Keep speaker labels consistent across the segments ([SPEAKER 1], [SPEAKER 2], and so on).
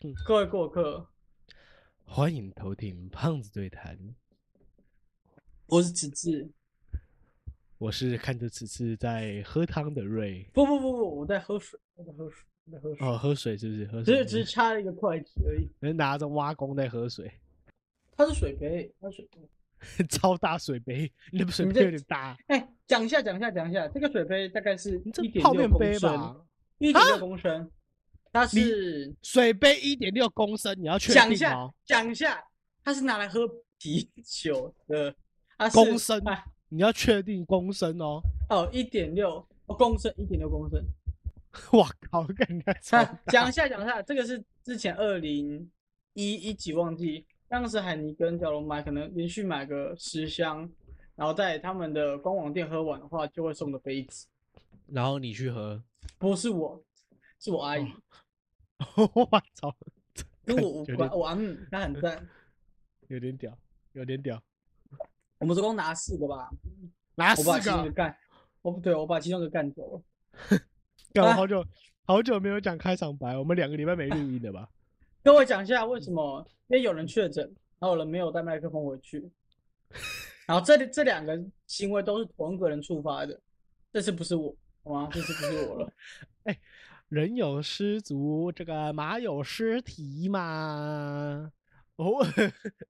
[SPEAKER 1] 嗯
[SPEAKER 2] 各位过客，
[SPEAKER 1] 欢迎偷听胖子对谈，
[SPEAKER 2] 我是子志。
[SPEAKER 1] 我是看着此次在喝汤的瑞。
[SPEAKER 2] 不不不不，我在喝水，我在喝水，我在喝水。
[SPEAKER 1] 哦，喝水是不是？喝
[SPEAKER 2] 只
[SPEAKER 1] 水
[SPEAKER 2] 是只是插了一个筷子而已。
[SPEAKER 1] 能拿着挖工在喝水，
[SPEAKER 2] 它是水杯，它是水杯。
[SPEAKER 1] 超大水杯，你的水
[SPEAKER 2] 你
[SPEAKER 1] 杯
[SPEAKER 2] 这
[SPEAKER 1] 有点大，
[SPEAKER 2] 哎、讲一下，讲一下，讲一下，这个水杯大概是
[SPEAKER 1] 你这
[SPEAKER 2] 一点
[SPEAKER 1] 泡
[SPEAKER 2] 六
[SPEAKER 1] 面
[SPEAKER 2] 公
[SPEAKER 1] 杯
[SPEAKER 2] 升，
[SPEAKER 1] 吧？啊
[SPEAKER 2] 一点六公升。它是
[SPEAKER 1] 水杯一点六公升，你要确
[SPEAKER 2] 讲一
[SPEAKER 1] 定
[SPEAKER 2] 下
[SPEAKER 1] 哦。，
[SPEAKER 2] 讲一下，它是拿来喝啤酒的。它是
[SPEAKER 1] 公升
[SPEAKER 2] 哎
[SPEAKER 1] 你要确定公升哦。
[SPEAKER 2] 哦，一点六公升，一点六公升。
[SPEAKER 1] 哇靠，感 觉超
[SPEAKER 2] 啊， 讲一下，讲一下，这个是之前二零一一几忘记，当时海尼跟小龙买，可能连续买个十箱，然后在他们的官网店喝完的话，就会送个杯子。
[SPEAKER 1] 然后你去喝，
[SPEAKER 2] 不是我，是我阿姨，
[SPEAKER 1] 我操，
[SPEAKER 2] 跟我无
[SPEAKER 1] 哦 有
[SPEAKER 2] 关。
[SPEAKER 1] 点
[SPEAKER 2] 我阿姆她很赞，
[SPEAKER 1] 有点屌，有点屌，
[SPEAKER 2] 我们总共拿四个吧，
[SPEAKER 1] 拿
[SPEAKER 2] 我
[SPEAKER 1] 四
[SPEAKER 2] 把其中一
[SPEAKER 1] 个啊
[SPEAKER 2] 个，干，我不对，我把其中一个干走了。
[SPEAKER 1] 干我
[SPEAKER 2] 哎
[SPEAKER 1] 好久好久没有讲开场白，我们两个礼拜没录音了吧？
[SPEAKER 2] 跟我讲一下为什么？因为有人确诊，然后有人没有带麦克风回去，然后这里这两个行为都是同一个人触发的，这次不是我，好吗？这次不是我了。
[SPEAKER 1] 人有失足，这个马有失蹄嘛，偶尔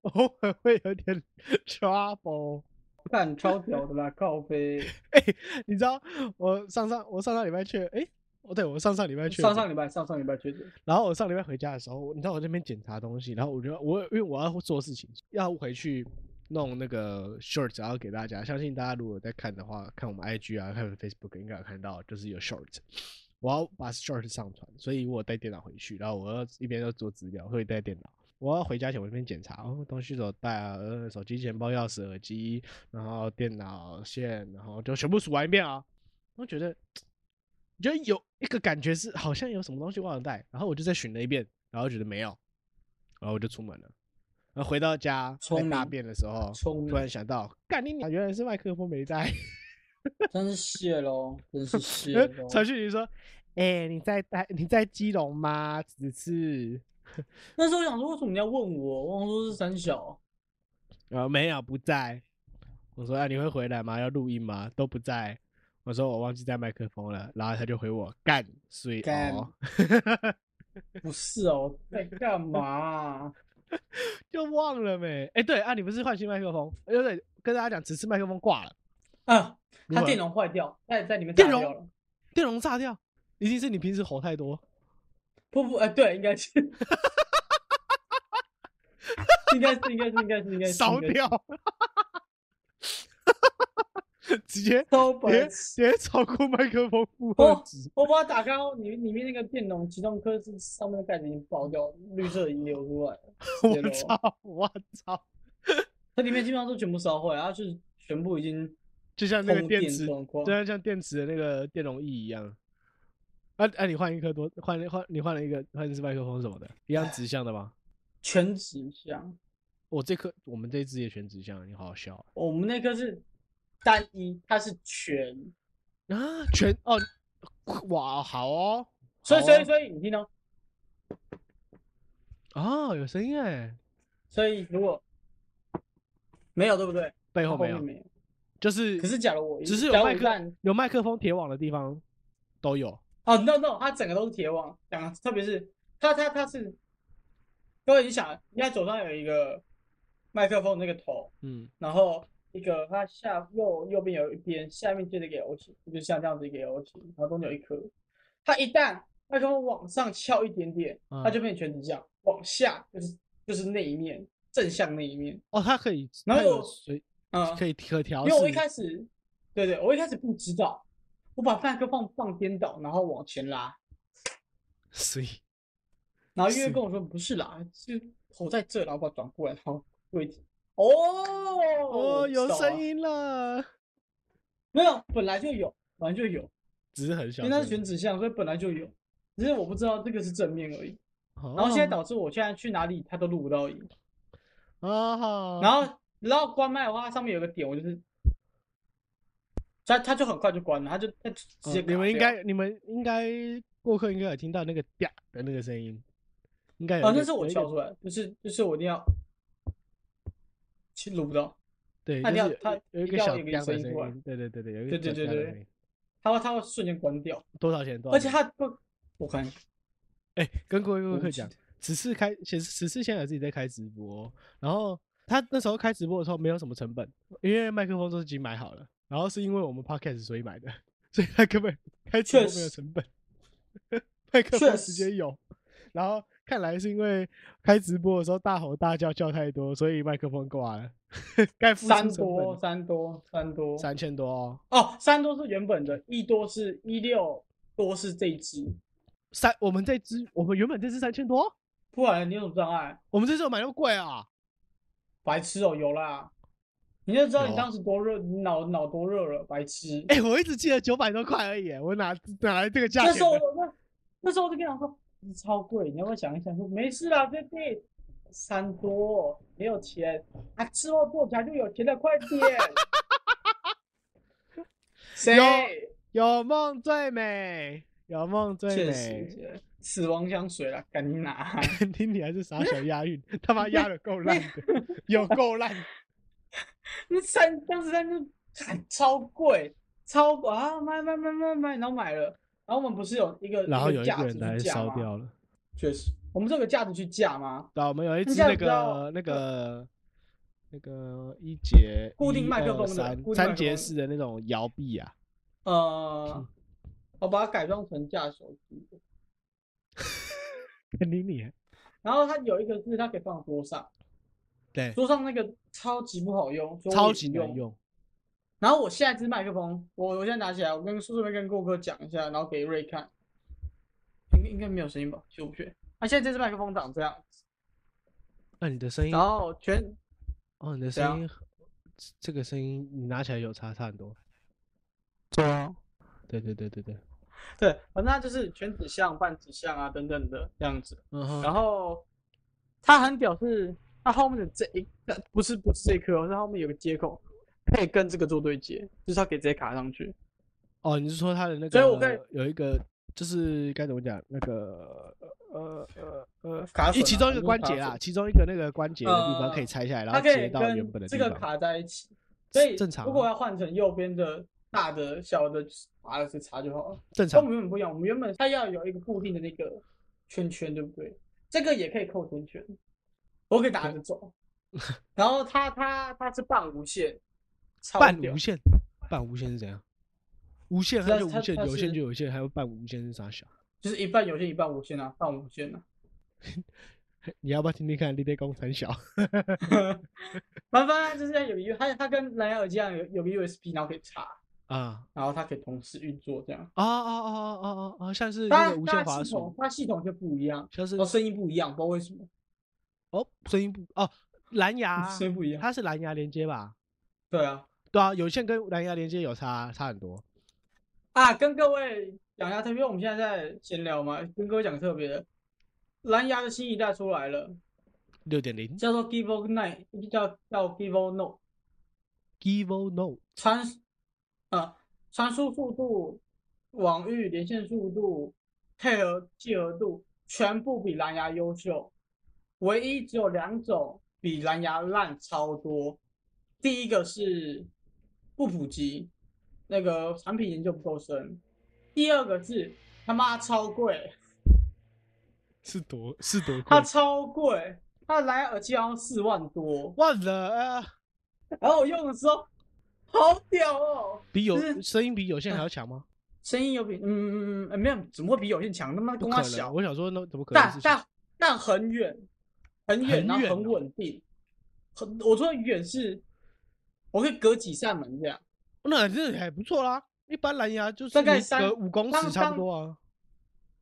[SPEAKER 1] 偶尔会有点 trouble。
[SPEAKER 2] 干超屌的啦，靠 背！
[SPEAKER 1] 你知道我上上我上上礼拜去，诶，哦对，我上上礼拜去，
[SPEAKER 2] 上上礼拜，上上礼拜确诊，
[SPEAKER 1] 然后我上礼拜回家的时候，你知道我这边检查东西，然后我觉得我因为我要做事情，要回去弄那个 short，然后给大家。相信大家如果在看的话，看我们 IG 啊，看我们 Facebook 应该有看到，就是有 short。我要把 short 上传，所以我有带电脑回去，然后我要一边要做资料，所以带电脑。我要回家前，我这边检查，哦，东西都有带啊，呃，手机、钱包、钥匙、耳机，然后电脑线，然后就全部数完一遍啊。我觉得，就有一个感觉是好像有什么东西忘了带，然后我就再寻了一遍，然后觉得没有，然后我就出门了。然后回到家在
[SPEAKER 2] 聪
[SPEAKER 1] 大
[SPEAKER 2] 明
[SPEAKER 1] 便的时候，
[SPEAKER 2] 聪
[SPEAKER 1] 突然
[SPEAKER 2] 明，
[SPEAKER 1] 想到，干你娘，原来是麦克风没带。
[SPEAKER 2] 真是谢喽，真是谢
[SPEAKER 1] 呃
[SPEAKER 2] 喽。
[SPEAKER 1] 传讯息说，哎、你在带你在基隆吗？只是
[SPEAKER 2] 那时候我想说，为什么你要问我？我想说是三小，
[SPEAKER 1] 呃没有不在。我说啊，你会回来吗？要录音吗？都不在。我说我忘记带麦克风了，然后他就回我干，所以
[SPEAKER 2] 干
[SPEAKER 1] 哦，
[SPEAKER 2] 不是哦，在干嘛啊？
[SPEAKER 1] 就忘了没。哎、对啊，你不是换新麦克风？哎对，跟大家讲，此次麦克风挂了。
[SPEAKER 2] 啊
[SPEAKER 1] 如
[SPEAKER 2] 它
[SPEAKER 1] 何
[SPEAKER 2] 电容坏掉，在在里面炸
[SPEAKER 1] 电
[SPEAKER 2] 掉
[SPEAKER 1] 容
[SPEAKER 2] 了。
[SPEAKER 1] 电容炸掉，一定是你平时吼太多。
[SPEAKER 2] 不不，哎、对，应该是，应该是，应该是，应该是，应该是，
[SPEAKER 1] 烧
[SPEAKER 2] 应该是，
[SPEAKER 1] 掉， 直接
[SPEAKER 2] 超
[SPEAKER 1] 直接
[SPEAKER 2] 白
[SPEAKER 1] 直
[SPEAKER 2] 痴！
[SPEAKER 1] 接超过麦克风负荷
[SPEAKER 2] 哦
[SPEAKER 1] 值。
[SPEAKER 2] 我把它打开哦，里里面那个电容其中一颗是上面的盖子已经爆掉了，绿色已经流出来了，接
[SPEAKER 1] 我
[SPEAKER 2] 咯
[SPEAKER 1] 操！我操！
[SPEAKER 2] 它里面基本上都全部烧坏，它是全部已经
[SPEAKER 1] 就像那个
[SPEAKER 2] 通
[SPEAKER 1] 电
[SPEAKER 2] 电
[SPEAKER 1] 池，
[SPEAKER 2] 状况。
[SPEAKER 1] 就像啊像电池的那个电容翼一样。啊啊！你换一颗多换换你换了一个换一支麦克风什么的，一样指向的吗？
[SPEAKER 2] 全指向，
[SPEAKER 1] 我这颗我们这支也全指向，你好好笑啊！
[SPEAKER 2] 我们那颗是单一，它是全，
[SPEAKER 1] 啊全哦，哇，好哦，
[SPEAKER 2] 所以
[SPEAKER 1] 好
[SPEAKER 2] 所以
[SPEAKER 1] 哦
[SPEAKER 2] 所以你听到，
[SPEAKER 1] 哦，有声音哎，
[SPEAKER 2] 所以如果没有对不对？
[SPEAKER 1] 背
[SPEAKER 2] 它
[SPEAKER 1] 后
[SPEAKER 2] 后
[SPEAKER 1] 哦没
[SPEAKER 2] 面
[SPEAKER 1] 有，
[SPEAKER 2] 没有。
[SPEAKER 1] 就是
[SPEAKER 2] 可是假如我一
[SPEAKER 1] 只是有
[SPEAKER 2] 假如
[SPEAKER 1] 麦
[SPEAKER 2] 我
[SPEAKER 1] 克
[SPEAKER 2] 干
[SPEAKER 1] 有麦克风铁网的地方都有。
[SPEAKER 2] 哦，no no，它整个都是铁网，讲得特别是它它它是，各位你想，你看左上有一个麦克风那个头，
[SPEAKER 1] 嗯，
[SPEAKER 2] 然后一个它下右右边有一边，下面接着一个 L 型，就像这样子一个 L 型，然后中间有一颗，它一旦麦克风往上翘一点点，它
[SPEAKER 1] 嗯
[SPEAKER 2] 就变成全指向，往下就是就是那一面正向那一面，
[SPEAKER 1] 哦，它可以，
[SPEAKER 2] 然
[SPEAKER 1] 它
[SPEAKER 2] 后
[SPEAKER 1] 有随
[SPEAKER 2] 嗯，
[SPEAKER 1] 可以可调
[SPEAKER 2] 因为我一
[SPEAKER 1] 试
[SPEAKER 2] 开始，对对，我一开始不知道，我把麦克风放颠倒，然后往前拉。
[SPEAKER 1] 所以
[SPEAKER 2] 然后月月
[SPEAKER 1] 是
[SPEAKER 2] 跟我说不是啦，是头在这，然后把它转过来，然后位置。哦
[SPEAKER 1] 哦，有
[SPEAKER 2] 少啊
[SPEAKER 1] 声音了，
[SPEAKER 2] 没有？本来就有，本来就有，
[SPEAKER 1] 只是很
[SPEAKER 2] 因
[SPEAKER 1] 小
[SPEAKER 2] 为
[SPEAKER 1] 声，
[SPEAKER 2] 它是全指向，所以本来就有，只是我不知道这个是正面而已。
[SPEAKER 1] 哦，
[SPEAKER 2] 然后现在导致我现在去哪里它都录不到音。
[SPEAKER 1] 啊，
[SPEAKER 2] 然后然后关麦的话，它上面有个点，我就是，它它就很快就关了，它就它就直
[SPEAKER 1] 哦
[SPEAKER 2] 接
[SPEAKER 1] 你
[SPEAKER 2] 卡
[SPEAKER 1] 们应
[SPEAKER 2] 掉
[SPEAKER 1] 该，你们应该过客应该有听到那个嗲的那个声音，应该有
[SPEAKER 2] 啊，
[SPEAKER 1] 一个
[SPEAKER 2] 那是我
[SPEAKER 1] 有一个
[SPEAKER 2] 跳出来，就是就是我一定要，其实录不到，
[SPEAKER 1] 对，
[SPEAKER 2] 它
[SPEAKER 1] 就
[SPEAKER 2] 一定
[SPEAKER 1] 是
[SPEAKER 2] 要它
[SPEAKER 1] 有有一
[SPEAKER 2] 一
[SPEAKER 1] 个
[SPEAKER 2] 定要
[SPEAKER 1] 小
[SPEAKER 2] 有一个
[SPEAKER 1] 亮的
[SPEAKER 2] 声音出来
[SPEAKER 1] 音，对对对对，有一个
[SPEAKER 2] 对对
[SPEAKER 1] 小
[SPEAKER 2] 对
[SPEAKER 1] 亮的
[SPEAKER 2] 对
[SPEAKER 1] 声音
[SPEAKER 2] 它会它会瞬间关掉，
[SPEAKER 1] 多少钱？多少
[SPEAKER 2] 而且
[SPEAKER 1] 钱
[SPEAKER 2] 它不，我看一下
[SPEAKER 1] 哎、跟各位顾
[SPEAKER 2] 我
[SPEAKER 1] 客
[SPEAKER 2] 记
[SPEAKER 1] 讲
[SPEAKER 2] 得，
[SPEAKER 1] 此次开，显示此次现在自己在开直播，哦然后他那时候开直播的时候没有什么成本，因为麦克风都是已经买好了，然后是因为我们 podcast 所以买的， 所以他根本开直
[SPEAKER 2] 确
[SPEAKER 1] 播没有
[SPEAKER 2] 实
[SPEAKER 1] 成本，麦克
[SPEAKER 2] 确
[SPEAKER 1] 风直接
[SPEAKER 2] 实
[SPEAKER 1] 有，然后看来是因为开直播的时候大吼大叫叫太多，所以麦克风挂了， 该付出
[SPEAKER 2] 三
[SPEAKER 1] 成本
[SPEAKER 2] 多
[SPEAKER 1] 了
[SPEAKER 2] 三多三多
[SPEAKER 1] 三千多哦，
[SPEAKER 2] 哦，三多是原本的，一多是一六多是这一只，
[SPEAKER 1] 三我们这支我们原本这支三千多，
[SPEAKER 2] 不然你有什么障碍？
[SPEAKER 1] 我们这支有买那么贵啊？
[SPEAKER 2] 白痴哦，有啦，你就知道
[SPEAKER 1] 有
[SPEAKER 2] 你
[SPEAKER 1] 啊
[SPEAKER 2] 当时多热，你脑脑多热了，白痴。
[SPEAKER 1] 哎、我一直记得九百多块而已，我哪哪来这个价
[SPEAKER 2] 那
[SPEAKER 1] 钱
[SPEAKER 2] 时候
[SPEAKER 1] 的？
[SPEAKER 2] 我那那时候我就跟他说，超贵，你要不要想一想？说没事啦，菲菲，三多没有钱啊，之后做起来就有钱了，快 点。谁？
[SPEAKER 1] 有梦最美，有梦最
[SPEAKER 2] 确
[SPEAKER 1] 美。
[SPEAKER 2] 实，死亡香水啦，赶紧拿。
[SPEAKER 1] 听你还是傻小押韵，他妈押的够烂 的，有够烂。
[SPEAKER 2] 那三当时三就很超贵，超贵啊！买买买买买，然后买了。然后我们不是有一个
[SPEAKER 1] 然后有一
[SPEAKER 2] 架
[SPEAKER 1] 个
[SPEAKER 2] 子
[SPEAKER 1] 人
[SPEAKER 2] 去
[SPEAKER 1] 拿来
[SPEAKER 2] 架
[SPEAKER 1] 烧
[SPEAKER 2] 吗？
[SPEAKER 1] 掉了。
[SPEAKER 2] 确实，我们这个架子去架吗？
[SPEAKER 1] 对啊，我们有一
[SPEAKER 2] 那
[SPEAKER 1] 只
[SPEAKER 2] 这样
[SPEAKER 1] 那
[SPEAKER 2] 子要
[SPEAKER 1] 个那个那个一节
[SPEAKER 2] 固定
[SPEAKER 1] 一
[SPEAKER 2] 麦克
[SPEAKER 1] 二
[SPEAKER 2] 风的
[SPEAKER 1] 三
[SPEAKER 2] 固定麦
[SPEAKER 1] 三
[SPEAKER 2] 克
[SPEAKER 1] 节
[SPEAKER 2] 风
[SPEAKER 1] 式的那种摇臂啊，
[SPEAKER 2] 呃，我把它改装成架手机。
[SPEAKER 1] 肯定你
[SPEAKER 2] 然后它有一个是它可以放桌上，
[SPEAKER 1] 对
[SPEAKER 2] 桌上那个超级不好用，所以我
[SPEAKER 1] 超
[SPEAKER 2] 也
[SPEAKER 1] 级
[SPEAKER 2] 不
[SPEAKER 1] 难
[SPEAKER 2] 用。
[SPEAKER 1] 用。
[SPEAKER 2] 然后我现在这支麦克风，我我现在拿起来，我跟顺便跟顾客讲一下，然后给瑞看，应该应该没有声音吧？其实我不确定。那、现在这支麦克风长这样，
[SPEAKER 1] 那你的声音
[SPEAKER 2] 然后啊全
[SPEAKER 1] 哦，你的
[SPEAKER 2] 怎样
[SPEAKER 1] 声音很，这个声音你拿起来有差差很多。
[SPEAKER 2] 对啊，
[SPEAKER 1] 对对对对对，
[SPEAKER 2] 对，反正它就是全指向、半指向啊等等的这样子。
[SPEAKER 1] 嗯哼
[SPEAKER 2] 然后它很屌是，它后面的这一呃不是不是这一颗哦，是它后面有个接口，可以跟这个做对接，就是它可以直接卡上去。
[SPEAKER 1] 哦，你是说他的那个？
[SPEAKER 2] 所以我可以
[SPEAKER 1] 有一个就是该怎么讲？那个呃呃呃
[SPEAKER 2] 卡
[SPEAKER 1] 呃，
[SPEAKER 2] 榫啊
[SPEAKER 1] 一其中一个
[SPEAKER 2] 就是
[SPEAKER 1] 关
[SPEAKER 2] 卡
[SPEAKER 1] 节
[SPEAKER 2] 榫
[SPEAKER 1] 啦，其中一个那个关节的地方可以
[SPEAKER 2] 呃
[SPEAKER 1] 拆下来，然
[SPEAKER 2] 它
[SPEAKER 1] 后
[SPEAKER 2] 可以
[SPEAKER 1] 接到原
[SPEAKER 2] 跟
[SPEAKER 1] 本的
[SPEAKER 2] 这
[SPEAKER 1] 地
[SPEAKER 2] 个
[SPEAKER 1] 方。
[SPEAKER 2] 卡在一起，所以
[SPEAKER 1] 正常
[SPEAKER 2] 如果
[SPEAKER 1] 啊
[SPEAKER 2] 要换成右边的大的、小的，拔了是插就好了。
[SPEAKER 1] 正
[SPEAKER 2] 跟我
[SPEAKER 1] 常
[SPEAKER 2] 们原本不一样，我们原本它要有一个固定的那个圈圈，对不对？这个也可以扣圈圈，我可以打着 走。然后它它它是半无线，超
[SPEAKER 1] 半
[SPEAKER 2] 屌
[SPEAKER 1] 无限，半无限是怎样？无限
[SPEAKER 2] 它
[SPEAKER 1] 它就无
[SPEAKER 2] 它
[SPEAKER 1] 限，
[SPEAKER 2] 它
[SPEAKER 1] 有限
[SPEAKER 2] 是
[SPEAKER 1] 就有限，还有半无限是啥小？
[SPEAKER 2] 就是一半有线一半无线啊，半无线啊。
[SPEAKER 1] 你要不要听听看？你得工很小，
[SPEAKER 2] 麻烦就是要有个 U，它它跟蓝牙耳机一样有有个 USB，然后可以插，
[SPEAKER 1] 啊
[SPEAKER 2] 然后它可以同时运作这样。
[SPEAKER 1] 啊啊啊啊啊啊！像是
[SPEAKER 2] 它
[SPEAKER 1] 那个无
[SPEAKER 2] 它的
[SPEAKER 1] 线滑
[SPEAKER 2] 系统
[SPEAKER 1] 鼠，
[SPEAKER 2] 它系统就不一样，
[SPEAKER 1] 像是
[SPEAKER 2] 然后声音不一样，不知道为什么。
[SPEAKER 1] 哦声音不哦蓝牙，
[SPEAKER 2] 声音不一样。
[SPEAKER 1] 它是蓝牙连接吧？
[SPEAKER 2] 对啊，
[SPEAKER 1] 对啊，有线跟蓝牙连接有差差很多。
[SPEAKER 2] 啊，跟各位讲一下特别，因为我们现在在闲聊嘛，跟各位讲特别的，蓝牙的新一代出来了，
[SPEAKER 1] 六点零
[SPEAKER 2] 叫做 Givo Nine，叫叫 Givo No，
[SPEAKER 1] ，Evo No。
[SPEAKER 2] 传啊传输速度、网域连线速度、配合契合度全部比蓝牙优秀，唯一只有两种比蓝牙烂超多。第一个是不普及，那个产品研究不够深；第二个是他妈超贵，
[SPEAKER 1] 是多是多
[SPEAKER 2] 它
[SPEAKER 1] 贵？
[SPEAKER 2] 超贵，它的蓝牙耳机好像四万多，
[SPEAKER 1] 忘
[SPEAKER 2] 哎
[SPEAKER 1] 了、呃，
[SPEAKER 2] 然后我用的时候好屌哦。
[SPEAKER 1] 比有
[SPEAKER 2] 就是
[SPEAKER 1] 声音比有线还要强吗？
[SPEAKER 2] 声音有比嗯嗯嗯、呃没有，怎么会比有线强？他妈的
[SPEAKER 1] 不
[SPEAKER 2] 功
[SPEAKER 1] 可
[SPEAKER 2] 它
[SPEAKER 1] 能！
[SPEAKER 2] 小，
[SPEAKER 1] 我想说，那怎么可能
[SPEAKER 2] 但
[SPEAKER 1] 是哦强？
[SPEAKER 2] 但但很远，很远，
[SPEAKER 1] 很
[SPEAKER 2] 然后
[SPEAKER 1] 远
[SPEAKER 2] 很
[SPEAKER 1] 哦
[SPEAKER 2] 稳定，很我说远是，我可以隔几扇门这样。
[SPEAKER 1] 那这还不错啦。一般蓝牙就是
[SPEAKER 2] 大概
[SPEAKER 1] 你
[SPEAKER 2] 三
[SPEAKER 1] 隔五公
[SPEAKER 2] 当
[SPEAKER 1] 尺差不
[SPEAKER 2] 当
[SPEAKER 1] 多 啊。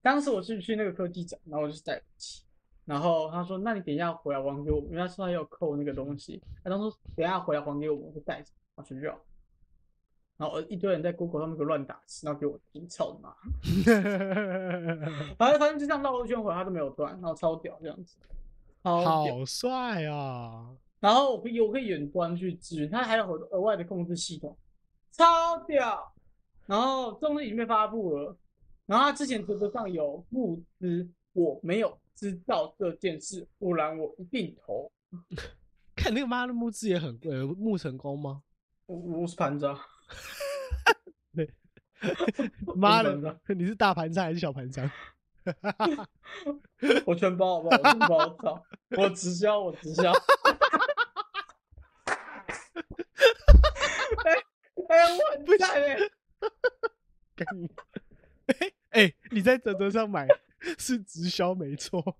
[SPEAKER 2] 当时我是去那个科技展，然后我就是戴耳机，然后他说：“那你等一下回来还给我们，因为他说他要扣那个东西。”他当时等一下回来还给我们，我就带着，然后去绕。然后一堆人在 Google 上面给我乱打字，然后给我听，操你妈！反正反正就这样绕了一圈回来，他都没有断，然后超屌这样子，超屌。
[SPEAKER 1] 好帅啊！
[SPEAKER 2] 然后我可以我可以远端去支援，它还有额额外的控制系统，超屌。然后终于已经被发布了，然后它之前直播上有募资，我没有知道这件事，不然我一定投。
[SPEAKER 1] 看那个妈的木质也很贵，呃木成功吗？
[SPEAKER 2] 我我是盘子啊，
[SPEAKER 1] 妈
[SPEAKER 2] 木
[SPEAKER 1] 的
[SPEAKER 2] 成，
[SPEAKER 1] 你是大盘商还是小盘商？
[SPEAKER 2] 我全包好不好？我全包，我操！我直销，我直 销。哎哎，我很赞哎！
[SPEAKER 1] 干你哎、你在泽泽上买 是直销没错，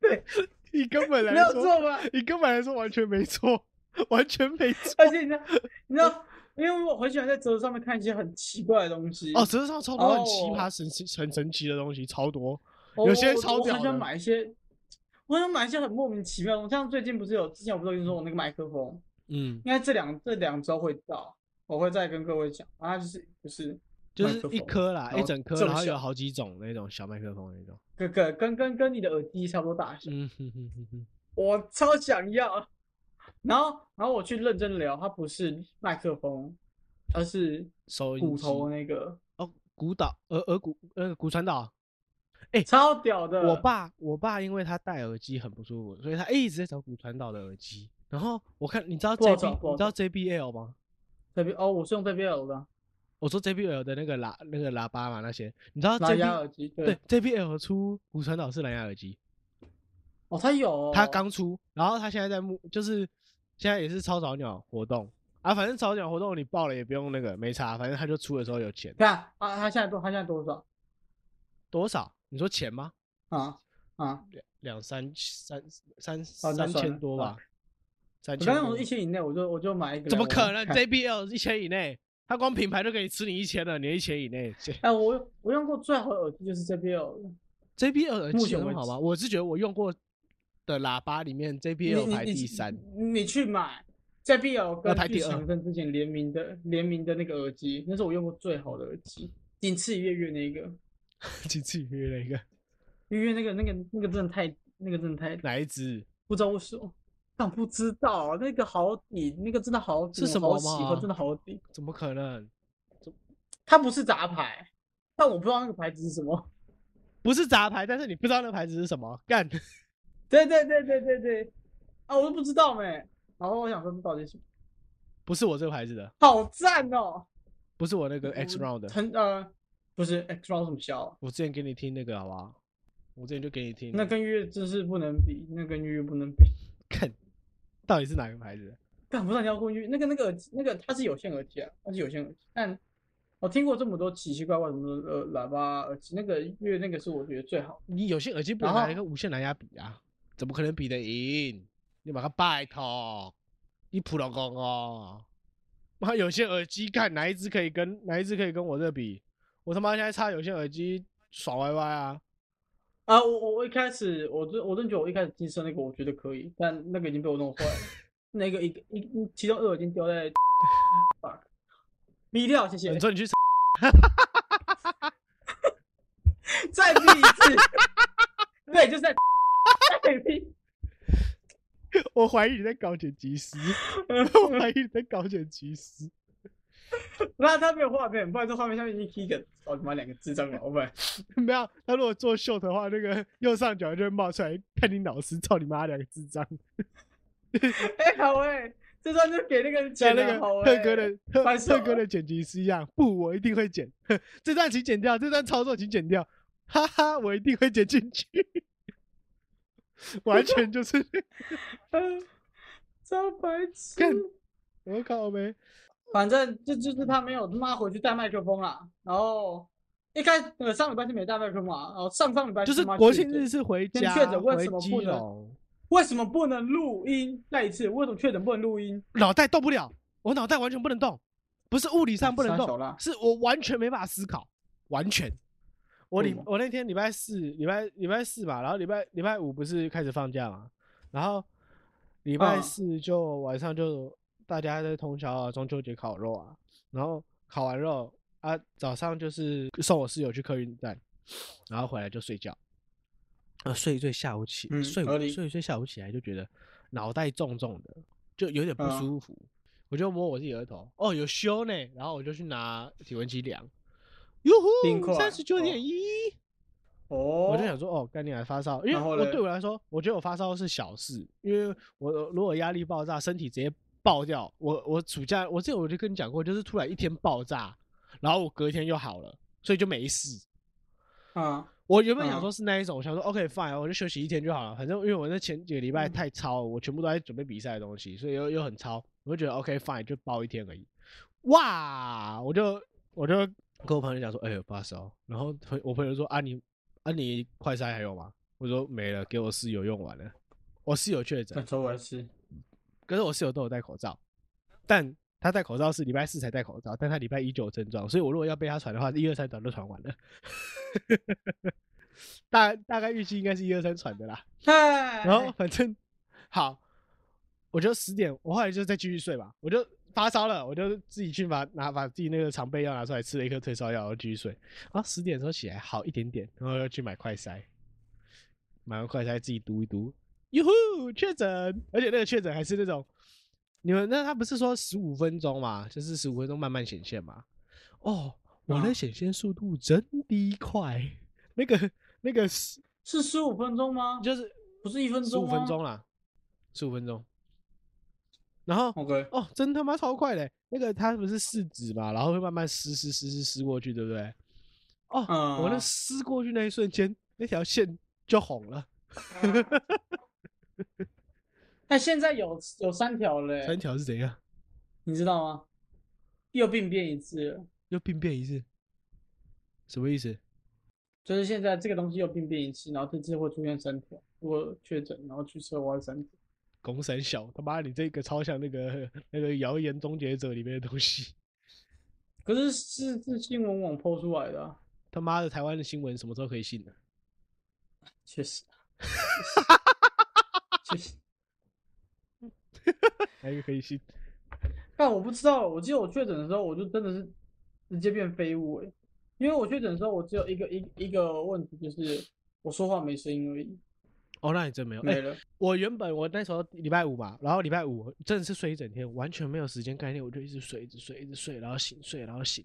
[SPEAKER 2] 对，
[SPEAKER 1] 你根本来
[SPEAKER 2] 没有
[SPEAKER 1] 说，
[SPEAKER 2] 错吧？
[SPEAKER 1] 你根本来说完全没错，完全没错。
[SPEAKER 2] 而且你知道，你知道，因为我很喜欢在折子上面看一些很奇怪的东西。
[SPEAKER 1] 哦，，泽泽上超多很奇
[SPEAKER 2] 哦
[SPEAKER 1] 葩、神奇、很神奇的东西，超多。
[SPEAKER 2] 我
[SPEAKER 1] 有些
[SPEAKER 2] 我
[SPEAKER 1] 超
[SPEAKER 2] 我
[SPEAKER 1] 屌
[SPEAKER 2] 很想
[SPEAKER 1] 的
[SPEAKER 2] 买一些，我很想买一些很莫名其妙的东西。像最近不是有，之前我不是有跟你说我那个麦克风，
[SPEAKER 1] 嗯，
[SPEAKER 2] 应该这两这两周会到，我会再跟各位讲。然后它就是就是
[SPEAKER 1] 就是
[SPEAKER 2] 麦克
[SPEAKER 1] 一
[SPEAKER 2] 风
[SPEAKER 1] 颗啦，
[SPEAKER 2] 然
[SPEAKER 1] 一
[SPEAKER 2] 后
[SPEAKER 1] 整颗，
[SPEAKER 2] 这么
[SPEAKER 1] 然后有
[SPEAKER 2] 小
[SPEAKER 1] 好几种那种小麦克风那种。
[SPEAKER 2] 跟跟跟跟跟你的耳机差不多大小，
[SPEAKER 1] 嗯哼哼哼哼，
[SPEAKER 2] 我超想要。然后然后我去认真聊，它不是麦克风，而是
[SPEAKER 1] 收音
[SPEAKER 2] 骨
[SPEAKER 1] 机
[SPEAKER 2] 头那个，
[SPEAKER 1] 哦，骨岛呃呃骨呃骨传导。欸
[SPEAKER 2] 超屌的。
[SPEAKER 1] 我爸我爸因为他戴耳机很不舒服，所以他一直在找骨传导的耳机。然后我看你知道
[SPEAKER 2] 不好
[SPEAKER 1] JB
[SPEAKER 2] 找不
[SPEAKER 1] 你
[SPEAKER 2] 好
[SPEAKER 1] 知道 JBL 吗？
[SPEAKER 2] 这边哦，我是用这边耳的
[SPEAKER 1] 我说 JBL 的那个喇那个喇叭嘛，那些你知道
[SPEAKER 2] 蓝牙
[SPEAKER 1] JB
[SPEAKER 2] 耳机，对
[SPEAKER 1] 对 JBL 出骨传导式蓝牙耳机，
[SPEAKER 2] 哦，它有哦，
[SPEAKER 1] 它刚出，然后它现在在募，就是现在也是超早鸟活动啊，反正早鸟活动你报了也不用那个没差，反正它就出的时候有钱
[SPEAKER 2] 看啊，它现在多，它现在多少
[SPEAKER 1] 多少？你说钱吗？
[SPEAKER 2] 啊啊？
[SPEAKER 1] 两两三三三
[SPEAKER 2] 哦那算
[SPEAKER 1] 三千
[SPEAKER 2] 了
[SPEAKER 1] 多
[SPEAKER 2] 算
[SPEAKER 1] 吧，三
[SPEAKER 2] 我
[SPEAKER 1] 千
[SPEAKER 2] 刚刚我
[SPEAKER 1] 多
[SPEAKER 2] 说一。千以内，我就我就买一个。
[SPEAKER 1] 怎么可能
[SPEAKER 2] 看
[SPEAKER 1] ？JBL 一千以内，它光品牌就给你吃你一千了，你一千以内。
[SPEAKER 2] 哎、我我用过最好的耳机就是这边哦。
[SPEAKER 1] JBL 耳
[SPEAKER 2] 目
[SPEAKER 1] 机
[SPEAKER 2] 前
[SPEAKER 1] 很
[SPEAKER 2] 为
[SPEAKER 1] 好
[SPEAKER 2] 止
[SPEAKER 1] 吗？我是觉得我用过的喇叭里面，JBL 排第三。
[SPEAKER 2] 你你去买这边有跟
[SPEAKER 1] 排第
[SPEAKER 2] 巨
[SPEAKER 1] 二
[SPEAKER 2] 强森之前联名的联名的那个耳机，那是我用过最好的耳机，仅次于月月那个，
[SPEAKER 1] 几次约了一个
[SPEAKER 2] 月月那个那个那个真的太那个真的太
[SPEAKER 1] 哪一只？
[SPEAKER 2] 不知道为什么，但不知道啊那个好抵，那个真的好抵，
[SPEAKER 1] 是什么
[SPEAKER 2] 我好喜
[SPEAKER 1] 嘛
[SPEAKER 2] 欢，真的好抵。
[SPEAKER 1] 怎么可能？
[SPEAKER 2] 它不是杂牌，但我不知道那个牌子是什么。
[SPEAKER 1] 不是杂牌，但是你不知道那个牌子是什么，干
[SPEAKER 2] 对对对对对对，啊，我都不知道没。然后我想说，这到底是什么？
[SPEAKER 1] 不是我这个牌子的，
[SPEAKER 2] 好赞哦！
[SPEAKER 1] 不是我那个
[SPEAKER 2] 我
[SPEAKER 1] X Round 的。
[SPEAKER 2] 很呃，不是 X Round 什么小啊，
[SPEAKER 1] 我之前给你听那个好不好？我之前就给你听
[SPEAKER 2] 那跟月真是不能比，那跟月月不能比。
[SPEAKER 1] 看到底是哪个牌子的？
[SPEAKER 2] 但不是你要过月，那个那个耳机，那个它是有线耳机啊，它是有线耳机。但我听过这么多奇奇怪怪什么呃喇叭耳机，那个月那个是我觉得最好的。
[SPEAKER 1] 你有线耳机不能
[SPEAKER 2] 然后
[SPEAKER 1] 拿来跟无线蓝牙比啊？怎么可能比得赢？你把它拜托，你普老公哦！妈，有线耳机看哪一只可以跟哪一只可以跟我这比？我他妈现在插有线耳机耍歪歪啊！
[SPEAKER 2] 啊，我我我一开始我真我真觉得我一开始听声那个我觉得可以，但那个已经被我弄坏了。那个一个一一其中二已经掉 在 fuck，逼掉，谢谢
[SPEAKER 1] 你。说你去
[SPEAKER 2] 再逼一次，对，就是在再 逼。
[SPEAKER 1] 我怀疑你在搞剪辑师， 我怀疑你在搞剪辑师。
[SPEAKER 2] 那他没有画面，不然这画面下面已经 K 一个，哦他妈两个智障老板，
[SPEAKER 1] 没有，啊他如果做秀的话，那个右上角就会冒出来，看你老师，操你妈两个智障。
[SPEAKER 2] 哎、好哎、这张就给那个钱
[SPEAKER 1] 像那
[SPEAKER 2] 了
[SPEAKER 1] 个
[SPEAKER 2] 好哎、
[SPEAKER 1] 特哥的特
[SPEAKER 2] 拍手
[SPEAKER 1] 特哥的剪辑师一样，不，我一定会剪。 这段请剪掉，这段操作请剪掉。哈哈，我一定会剪进去。 完全就是，
[SPEAKER 2] 嗯 超白痴
[SPEAKER 1] 干。我靠呗。
[SPEAKER 2] 反正就就是他没有他妈回去带麦克风啦，然后一开始呃上礼拜是没带麦克风啊，然后上上礼拜
[SPEAKER 1] 就是
[SPEAKER 2] 他妈
[SPEAKER 1] 国
[SPEAKER 2] 确
[SPEAKER 1] 庆日
[SPEAKER 2] 诊
[SPEAKER 1] 是回
[SPEAKER 2] 先
[SPEAKER 1] 家，
[SPEAKER 2] 确诊为
[SPEAKER 1] 回
[SPEAKER 2] 什么
[SPEAKER 1] 基
[SPEAKER 2] 不能
[SPEAKER 1] 隆，
[SPEAKER 2] 为什么不能录音？再一次，为什么确诊不能录音？
[SPEAKER 1] 脑袋动不了，我脑袋完全不能动，不是物理上不能
[SPEAKER 2] 傻
[SPEAKER 1] 动
[SPEAKER 2] 小，啦
[SPEAKER 1] 是我完全没办法思考，完全。我
[SPEAKER 2] 为
[SPEAKER 1] 礼
[SPEAKER 2] 什么
[SPEAKER 1] 我那天礼拜四、礼拜礼拜四嘛，然后礼拜礼拜五不是开始放假嘛，然后礼拜
[SPEAKER 2] 嗯
[SPEAKER 1] 四就晚上就大家在通宵啊，中秋节烤肉啊，然后烤完肉啊，早上就是送我室友去客运站，然后回来就睡觉，啊睡一睡，下午起、
[SPEAKER 2] 嗯
[SPEAKER 1] 睡
[SPEAKER 2] 合理
[SPEAKER 1] 睡一睡，下午起来就觉得脑袋重重的，就有点不
[SPEAKER 2] 嗯
[SPEAKER 1] 舒服，我就摸我自己额头，哦，有修呢，然后我就去拿体温计量，哟
[SPEAKER 2] 冰
[SPEAKER 1] 呼，
[SPEAKER 2] 块
[SPEAKER 1] 三十九
[SPEAKER 2] 哦
[SPEAKER 1] 点一，
[SPEAKER 2] 哦，
[SPEAKER 1] 我就想说，哦，干你还发烧，因为
[SPEAKER 2] 然后
[SPEAKER 1] 我
[SPEAKER 2] 嘞
[SPEAKER 1] 对我来说，我觉得我发烧是小事，因为我如果压力爆炸，身体直接爆掉，我我暑假我这我就跟你讲过，就是突然一天爆炸，然后我隔天就好了，所以就没事。
[SPEAKER 2] 嗯，
[SPEAKER 1] 我原本想
[SPEAKER 2] 嗯
[SPEAKER 1] 说是那一种，我想说 OK fine，我就休息一天就好了，反正因为我那前几个礼拜
[SPEAKER 2] 嗯
[SPEAKER 1] 太超了，我全部都在准备比赛的东西，所以又又很超，我就觉得 OK fine 就包一天而已。哇，我就我就跟我朋友讲说，哎、呦发烧，然后朋我朋友就说啊你啊你快筛还有吗？我说没了，给我室友用完了，我室友确诊
[SPEAKER 2] 那，时候我也是，
[SPEAKER 1] 可是我室友都有戴口罩，但他戴口罩是礼拜四才戴口罩，但他礼拜一就有症状，所以我如果要被他传的话，一二三传都传完了。 大大概预期应该是一二三传的啦，
[SPEAKER 2] 嗨，
[SPEAKER 1] 然后反正好，我就十点，我后来就再继续睡吧，我就发烧了，我就自己去把拿把自己那个常备药拿出来吃了一颗退烧药，然后继续睡。然后十点的时候起来好一点点，然后又去买快筛，买完快筛自己读一读，哟呼确诊，而且那个确诊还是那种，你们那他不是说十五分钟嘛，就是十五分钟慢慢显现嘛？哦，我的
[SPEAKER 2] 嗯
[SPEAKER 1] 显现速度真的快，那个那个是
[SPEAKER 2] 是十五分钟吗？
[SPEAKER 1] 就是
[SPEAKER 2] 不是一分
[SPEAKER 1] 十五
[SPEAKER 2] 钟吗
[SPEAKER 1] 分钟啦，十五分钟。然后
[SPEAKER 2] OK，
[SPEAKER 1] 哦，真他妈超快嘞！那个它不是试纸嘛，然后会慢慢撕撕撕撕撕过去，对不对？哦，我那
[SPEAKER 2] 嗯
[SPEAKER 1] 撕过去那一瞬间，那条线就红了，
[SPEAKER 2] 那现在有有三条嘞，
[SPEAKER 1] 三条是怎样？
[SPEAKER 2] 你知道吗？又病变一次了，
[SPEAKER 1] 又病变一次，什么意思？
[SPEAKER 2] 就是现在这个东西又病变一次，然后这次会出现三条，如果确诊，然后去车祸三条。
[SPEAKER 1] 拱三小，他妈你这个超像那个那个《谣言终结者》里面的东西，
[SPEAKER 2] 可是是是新闻网抛出来的、啊，
[SPEAKER 1] 他妈的台湾的新闻什么时候可以信呢、啊
[SPEAKER 2] 确实， 确实。
[SPEAKER 1] 哪一个可以信？
[SPEAKER 2] 但我不知道，我记得我确诊的时候，我就真的是直接变废物哎、因为我确诊的时候，我只有一个一一个问题，就是我说话没声音而已，
[SPEAKER 1] 哦，那你真没有。哎、
[SPEAKER 2] 没 了。
[SPEAKER 1] 我原本我那时候礼拜五嘛，然后礼拜五真的是睡一整天，完全没有时间概念，我就一直睡，一直睡，一直睡，然后醒，睡，然后醒，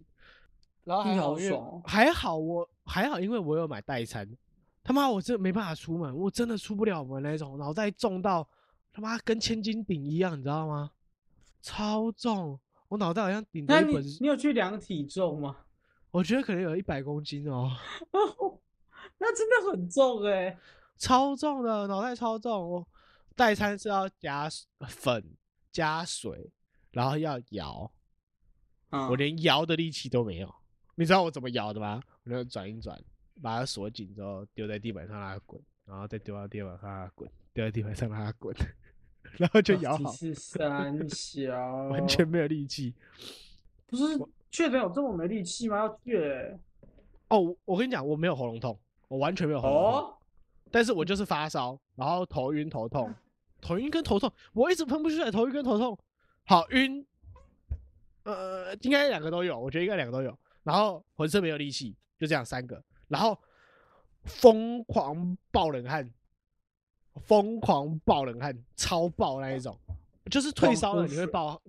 [SPEAKER 1] 然后还
[SPEAKER 2] 你
[SPEAKER 1] 好
[SPEAKER 2] 好
[SPEAKER 1] 因为
[SPEAKER 2] 爽哦
[SPEAKER 1] 还好我还好，因为我有买代餐，他妈我真的没办法出门，我真的出不了门那种，脑袋重到他妈跟千斤顶一样，你知道吗？超重，我脑袋好像顶
[SPEAKER 2] 那
[SPEAKER 1] 着一
[SPEAKER 2] 你
[SPEAKER 1] 本，
[SPEAKER 2] 你有去量体重吗？
[SPEAKER 1] 我觉得可能有一百公斤哦，
[SPEAKER 2] 那真的很重哎、
[SPEAKER 1] 超重的，脑袋超重。我代餐是要加呃粉加水，然后要摇。
[SPEAKER 2] 啊
[SPEAKER 1] 我连摇的力气都没有。你知道我怎么摇的吗？我就转一转，把它锁紧之后丢在地板上让它滚，然后再丢到地板上让它滚，丢在地板上让它滚，然后就
[SPEAKER 2] 到
[SPEAKER 1] 摇
[SPEAKER 2] 底
[SPEAKER 1] 好，
[SPEAKER 2] 是三小，
[SPEAKER 1] 完全没有力气。
[SPEAKER 2] 不是确诊有这么没力气吗？要去欸
[SPEAKER 1] 哦，我我跟你讲，我没有喉咙痛，我完全没有喉咙痛，
[SPEAKER 2] 哦，
[SPEAKER 1] 但是我就是发烧，然后头晕头痛，头晕跟头痛，我一直喷不出来，头晕跟头痛，好晕，呃，应该两个都有，我觉得应该两个都有。然后浑身没有力气，就这样三个，然后疯狂爆冷汗，疯狂爆冷汗，超爆那一种，就是退烧了
[SPEAKER 2] 狂
[SPEAKER 1] 你
[SPEAKER 2] 出
[SPEAKER 1] 会
[SPEAKER 2] 水
[SPEAKER 1] 爆，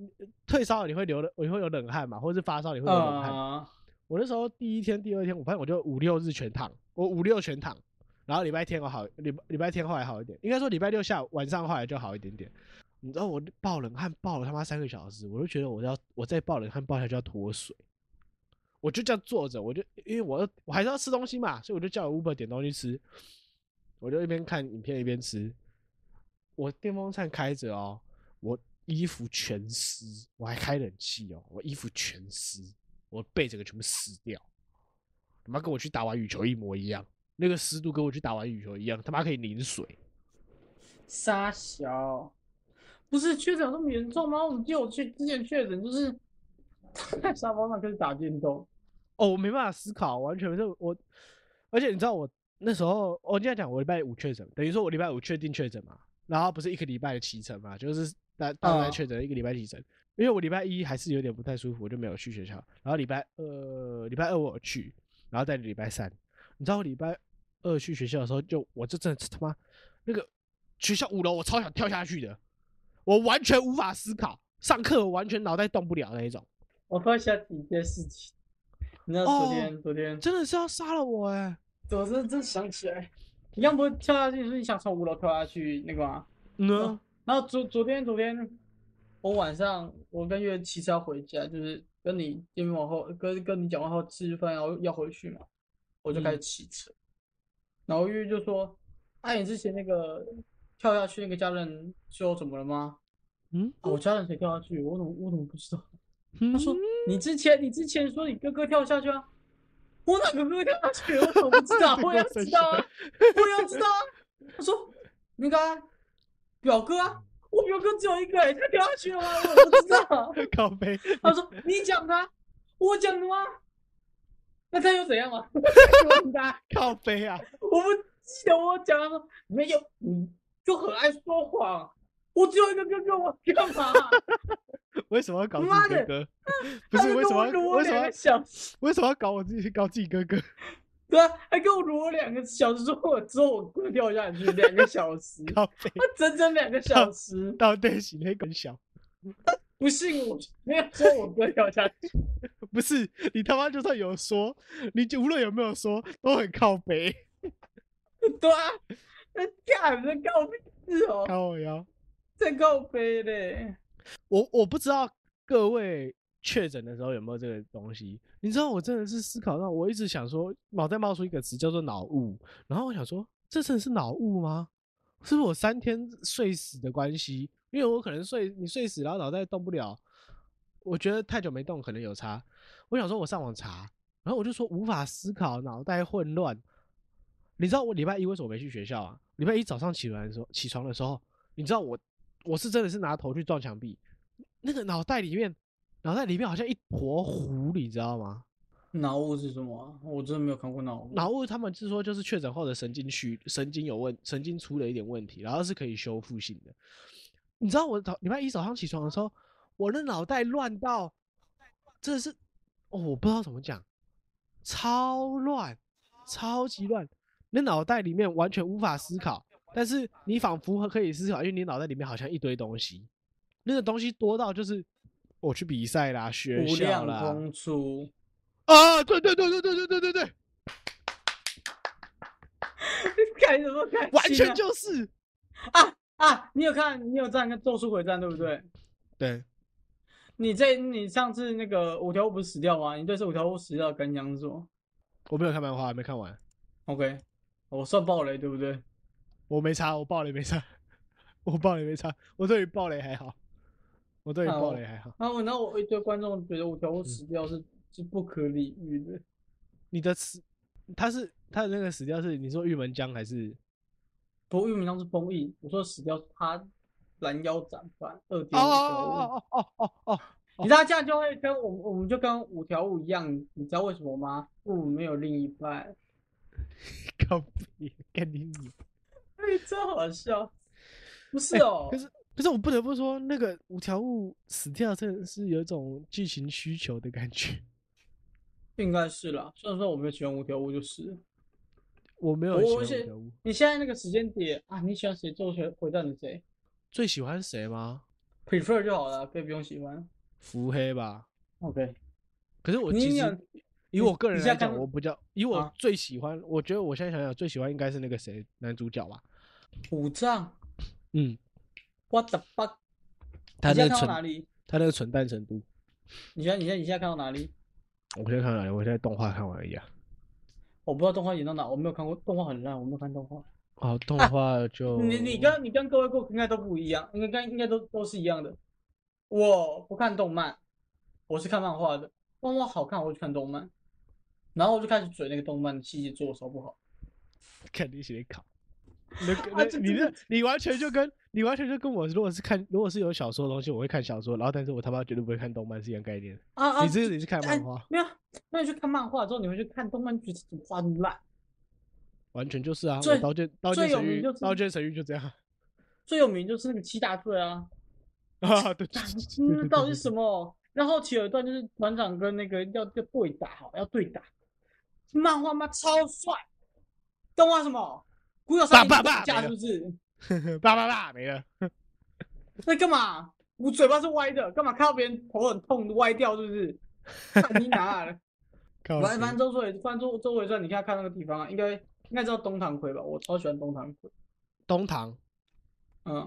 [SPEAKER 1] 退烧了你会流的，你会有冷汗嘛，或者是发烧你会有冷汗。
[SPEAKER 2] 啊，
[SPEAKER 1] 我那时候第一天、第二天，我发现我就五六日全躺，我五六全躺，然后礼拜天我好，礼礼拜天后来好一点，应该说礼拜六下午晚上后来就好一点点。你知道我爆冷汗爆了他妈三个小时，我就觉得我要我再爆冷汗爆下去要脱水，我就这样坐着，我就因为我要我还是要吃东西嘛，所以我就叫我 Uber 点东西吃，我就一边看影片一边吃，我电风扇开着哦，我衣服全湿，我还开冷气哦，我衣服全湿，我背整个全部湿掉，他妈跟我去打完羽球一模一样，那个湿度跟我去打完羽球一样，他妈可以淋水。
[SPEAKER 2] 沙小，不是确诊有这么严重吗？我记得我去之前确诊就是 在沙发上开始打电动，
[SPEAKER 1] 哦，我没办法思考，完全就我，而且你知道我那时候，我这样讲，我礼拜五确诊，等于说我礼拜五确定确诊嘛，然后不是一个礼拜的骑程嘛，就是大大概
[SPEAKER 2] 嗯
[SPEAKER 1] 确诊一个礼拜骑程，因为我礼拜一还是有点不太舒服，我就没有去学校，然后礼拜呃礼拜二我有去，然后再礼拜三，你知道我礼拜二去学校的时候就，我就真的是他妈那个学校五楼我超想跳下去的，我完全无法思考，上课我完全脑袋动不了那一种。
[SPEAKER 2] 我突然想起一件事情，你知道昨天、昨天
[SPEAKER 1] 真的是要杀了我哎、
[SPEAKER 2] 我真真想起来，你刚不是跳下去，说你想从五楼跳下去那个吗？
[SPEAKER 1] 嗯
[SPEAKER 2] 啊然后昨昨天昨天，我晚上我跟月骑车要回家，就是跟你见面往后，跟跟你讲完后吃饭要要回去嘛，我就开始骑车，然后月月就说：“哎、你之前那个跳下去那个家人最后怎么了吗？”
[SPEAKER 1] 嗯
[SPEAKER 2] 啊我家人谁跳下去？我怎么我怎么不知道？
[SPEAKER 1] 嗯，
[SPEAKER 2] 他说：“你之前你之前说你哥哥跳下去啊，我哪个哥哥跳下去？我怎么不知 道？我也要知道啊，我也要知道啊。”他说：“那个啊表哥啊，我表哥只有一个、欸，他跳下去了吗？我不知道。 啊
[SPEAKER 1] 靠背，”
[SPEAKER 2] 他说：“你讲的啊，我讲的吗？那他又怎样嘛？我问 他，
[SPEAKER 1] 靠背啊，
[SPEAKER 2] 我不记得我讲他说没有，你就很爱说谎。我只有一个哥哥，我干嘛？
[SPEAKER 1] 为什么要搞自
[SPEAKER 2] 妈
[SPEAKER 1] 己哥
[SPEAKER 2] 的
[SPEAKER 1] 哥？ 不是为什么
[SPEAKER 2] 他就跟
[SPEAKER 1] 要
[SPEAKER 2] 我
[SPEAKER 1] 为
[SPEAKER 2] 我
[SPEAKER 1] 什
[SPEAKER 2] 两
[SPEAKER 1] 么
[SPEAKER 2] 个
[SPEAKER 1] 要
[SPEAKER 2] 小
[SPEAKER 1] 为什么要搞我自己搞自己哥哥？，
[SPEAKER 2] 对啊，还给我裸两个小时，说我之后我跪掉下去两个小时
[SPEAKER 1] 靠背，
[SPEAKER 2] 他整整两个小时，
[SPEAKER 1] 到底是那个小？
[SPEAKER 2] 不信我没有说我跪掉下去，
[SPEAKER 1] 不是你他妈就算有说，你就无论有没有说，都很靠背，
[SPEAKER 2] 对啊，那干那告屁事哦，
[SPEAKER 1] 靠腰。
[SPEAKER 2] 在告飞嘞，
[SPEAKER 1] 我我不知道各位确诊的时候有没有这个东西。你知道，我真的是思考到，我一直想说，脑袋冒出一个词叫做脑雾，然后我想说，这真的是脑雾吗？是不是我三天睡死的关系？因为我可能睡你睡死，然后脑袋动不了，我觉得太久没动可能有差。我想说，我上网查，然后我就说无法思考，脑袋混乱。你知道我礼拜一为什么没去学校啊？礼拜一早上起来的时候，起床的时候，你知道我我是真的是拿头去撞墙壁，那个脑袋里面，脑袋里面好像一坨糊，你知道吗？
[SPEAKER 2] 脑雾是什么啊？我真的没有看过脑雾。
[SPEAKER 1] 脑雾他们是说就是确诊后的神经虚神经有问神经出了一点问题，然后是可以修复性的。你知道我早礼拜一早上起床的时候，我的脑袋乱到，真的是哦，我不知道怎么讲，超乱，超级乱，你脑袋里面完全无法思考，但是你仿佛可以思考，因为你脑袋里面好像一堆东西，那个东西多到就是我去比赛啦、学
[SPEAKER 2] 无
[SPEAKER 1] 校
[SPEAKER 2] 量
[SPEAKER 1] 啦，
[SPEAKER 2] 空 出，
[SPEAKER 1] 啊，对对对对对对对对对。
[SPEAKER 2] 看什么看、
[SPEAKER 1] 完全就是
[SPEAKER 2] 啊！你有看，你有站跟《咒术回战》对不对？
[SPEAKER 1] 对，
[SPEAKER 2] 你这你上次那个五条悟不是死掉吗？你对这五条悟死掉的感想是什么
[SPEAKER 1] 我没有看漫画，没看完，
[SPEAKER 2] ？OK，我算爆雷对不对？
[SPEAKER 1] 我没查，我爆雷没查， 我爆雷没查，我对于爆雷还好，啊我对于
[SPEAKER 2] 好
[SPEAKER 1] 爆雷还好。
[SPEAKER 2] 然后，然后我一堆观众觉得五条
[SPEAKER 1] 嗯
[SPEAKER 2] 悟死掉是是不可理喻的，
[SPEAKER 1] 你的死，他是他的那个死掉是你说玉门江还是
[SPEAKER 2] 不过玉米当是封印，我说死掉是他拦腰斩断二
[SPEAKER 1] 哦
[SPEAKER 2] 点五条悟，
[SPEAKER 1] 哦哦哦哦哦，
[SPEAKER 2] 你知道这样就会跟我们我们就跟五条悟一样，你知道为什么吗？悟没有另一半，
[SPEAKER 1] 靠你，干你 你！
[SPEAKER 2] 哎，真好笑，不是哦，
[SPEAKER 1] 哎可是可是我不得不说，那个五条悟死掉真的是有一种剧情需求的感觉。
[SPEAKER 2] 应该是啦，虽然说我没有喜欢五条悟，就是
[SPEAKER 1] 我没有
[SPEAKER 2] 我
[SPEAKER 1] 很喜
[SPEAKER 2] 我
[SPEAKER 1] 欢五
[SPEAKER 2] 是
[SPEAKER 1] 条悟，
[SPEAKER 2] 你现在那个时间点啊，你喜欢谁做回回战的谁
[SPEAKER 1] 最喜欢谁吗？
[SPEAKER 2] ，prefer 就好了，可以不用喜欢
[SPEAKER 1] 伏黑吧。
[SPEAKER 2] ，OK，
[SPEAKER 1] 可是我
[SPEAKER 2] 你
[SPEAKER 1] 其
[SPEAKER 2] 有
[SPEAKER 1] 实以
[SPEAKER 2] 你
[SPEAKER 1] 我个
[SPEAKER 2] 你
[SPEAKER 1] 人
[SPEAKER 2] 现
[SPEAKER 1] 来
[SPEAKER 2] 在看
[SPEAKER 1] 讲，
[SPEAKER 2] 过
[SPEAKER 1] 我比较以我
[SPEAKER 2] 啊
[SPEAKER 1] 最喜欢，我觉得我现在想想最喜欢应该是那个谁男主角吧，
[SPEAKER 2] 五藏
[SPEAKER 1] 嗯，
[SPEAKER 2] ，what the fuck，
[SPEAKER 1] 他
[SPEAKER 2] 你
[SPEAKER 1] 那
[SPEAKER 2] 现在看
[SPEAKER 1] 个
[SPEAKER 2] 到
[SPEAKER 1] 蠢
[SPEAKER 2] 哪里？
[SPEAKER 1] 他那个蠢蛋程度，
[SPEAKER 2] 你现在你现在你现在看到哪里？
[SPEAKER 1] 我现在看完，我现在动画看完而已啊。
[SPEAKER 2] 我不知道动画演到哪，我没有看过，动画很烂，我没有看动画。
[SPEAKER 1] 哦，动画就
[SPEAKER 2] 你你跟你跟各位过应该都不一样，应该应该都都是一样的。我不看动漫，我是看漫画的，漫画好看我就看动漫，然后我就开始嘴那个动漫的细节做的少不好。
[SPEAKER 1] 肯定写考，那个
[SPEAKER 2] 啊
[SPEAKER 1] 那
[SPEAKER 2] 这
[SPEAKER 1] 你
[SPEAKER 2] 真
[SPEAKER 1] 这
[SPEAKER 2] 的
[SPEAKER 1] 你完全就跟你完全就跟我如果是看如果是有小说的东西，我会看小说，然后但是我他妈绝对不会看动漫是一样概念。
[SPEAKER 2] 啊啊！
[SPEAKER 1] 你这个你是看漫
[SPEAKER 2] 哎
[SPEAKER 1] 画，
[SPEAKER 2] 没有，那你去看漫画之后，你会去看动漫，觉得怎么画那么烂。
[SPEAKER 1] 完全就是啊，我
[SPEAKER 2] 最
[SPEAKER 1] 刀剑刀
[SPEAKER 2] 最
[SPEAKER 1] 剑
[SPEAKER 2] 有
[SPEAKER 1] 神
[SPEAKER 2] 名
[SPEAKER 1] 域
[SPEAKER 2] 就是
[SPEAKER 1] 刀剑神域就这样
[SPEAKER 2] 最有名就是那个七大罪啊，
[SPEAKER 1] 啊，对对对对对
[SPEAKER 2] 那
[SPEAKER 1] 对
[SPEAKER 2] 嗯到
[SPEAKER 1] 对
[SPEAKER 2] 底是什么？然后其有一段就是团长跟那个要要对打，好要对打，漫画妈超帅，动画什么？古有三
[SPEAKER 1] 爸
[SPEAKER 2] 年
[SPEAKER 1] 爸
[SPEAKER 2] 打
[SPEAKER 1] 爸
[SPEAKER 2] 架
[SPEAKER 1] 没
[SPEAKER 2] 是
[SPEAKER 1] 了
[SPEAKER 2] 不是？
[SPEAKER 1] 叭叭叭没了。
[SPEAKER 2] 那干嘛？我 嘴巴是歪的，干嘛看到别人头很痛歪掉是不是？看你哪了？
[SPEAKER 1] 靠
[SPEAKER 2] 反正
[SPEAKER 1] 北
[SPEAKER 2] 反正周围反正周周围转，你看看那个地方啊，应该应该知道东堂葵吧？我超喜欢东堂葵，
[SPEAKER 1] 东堂
[SPEAKER 2] 嗯，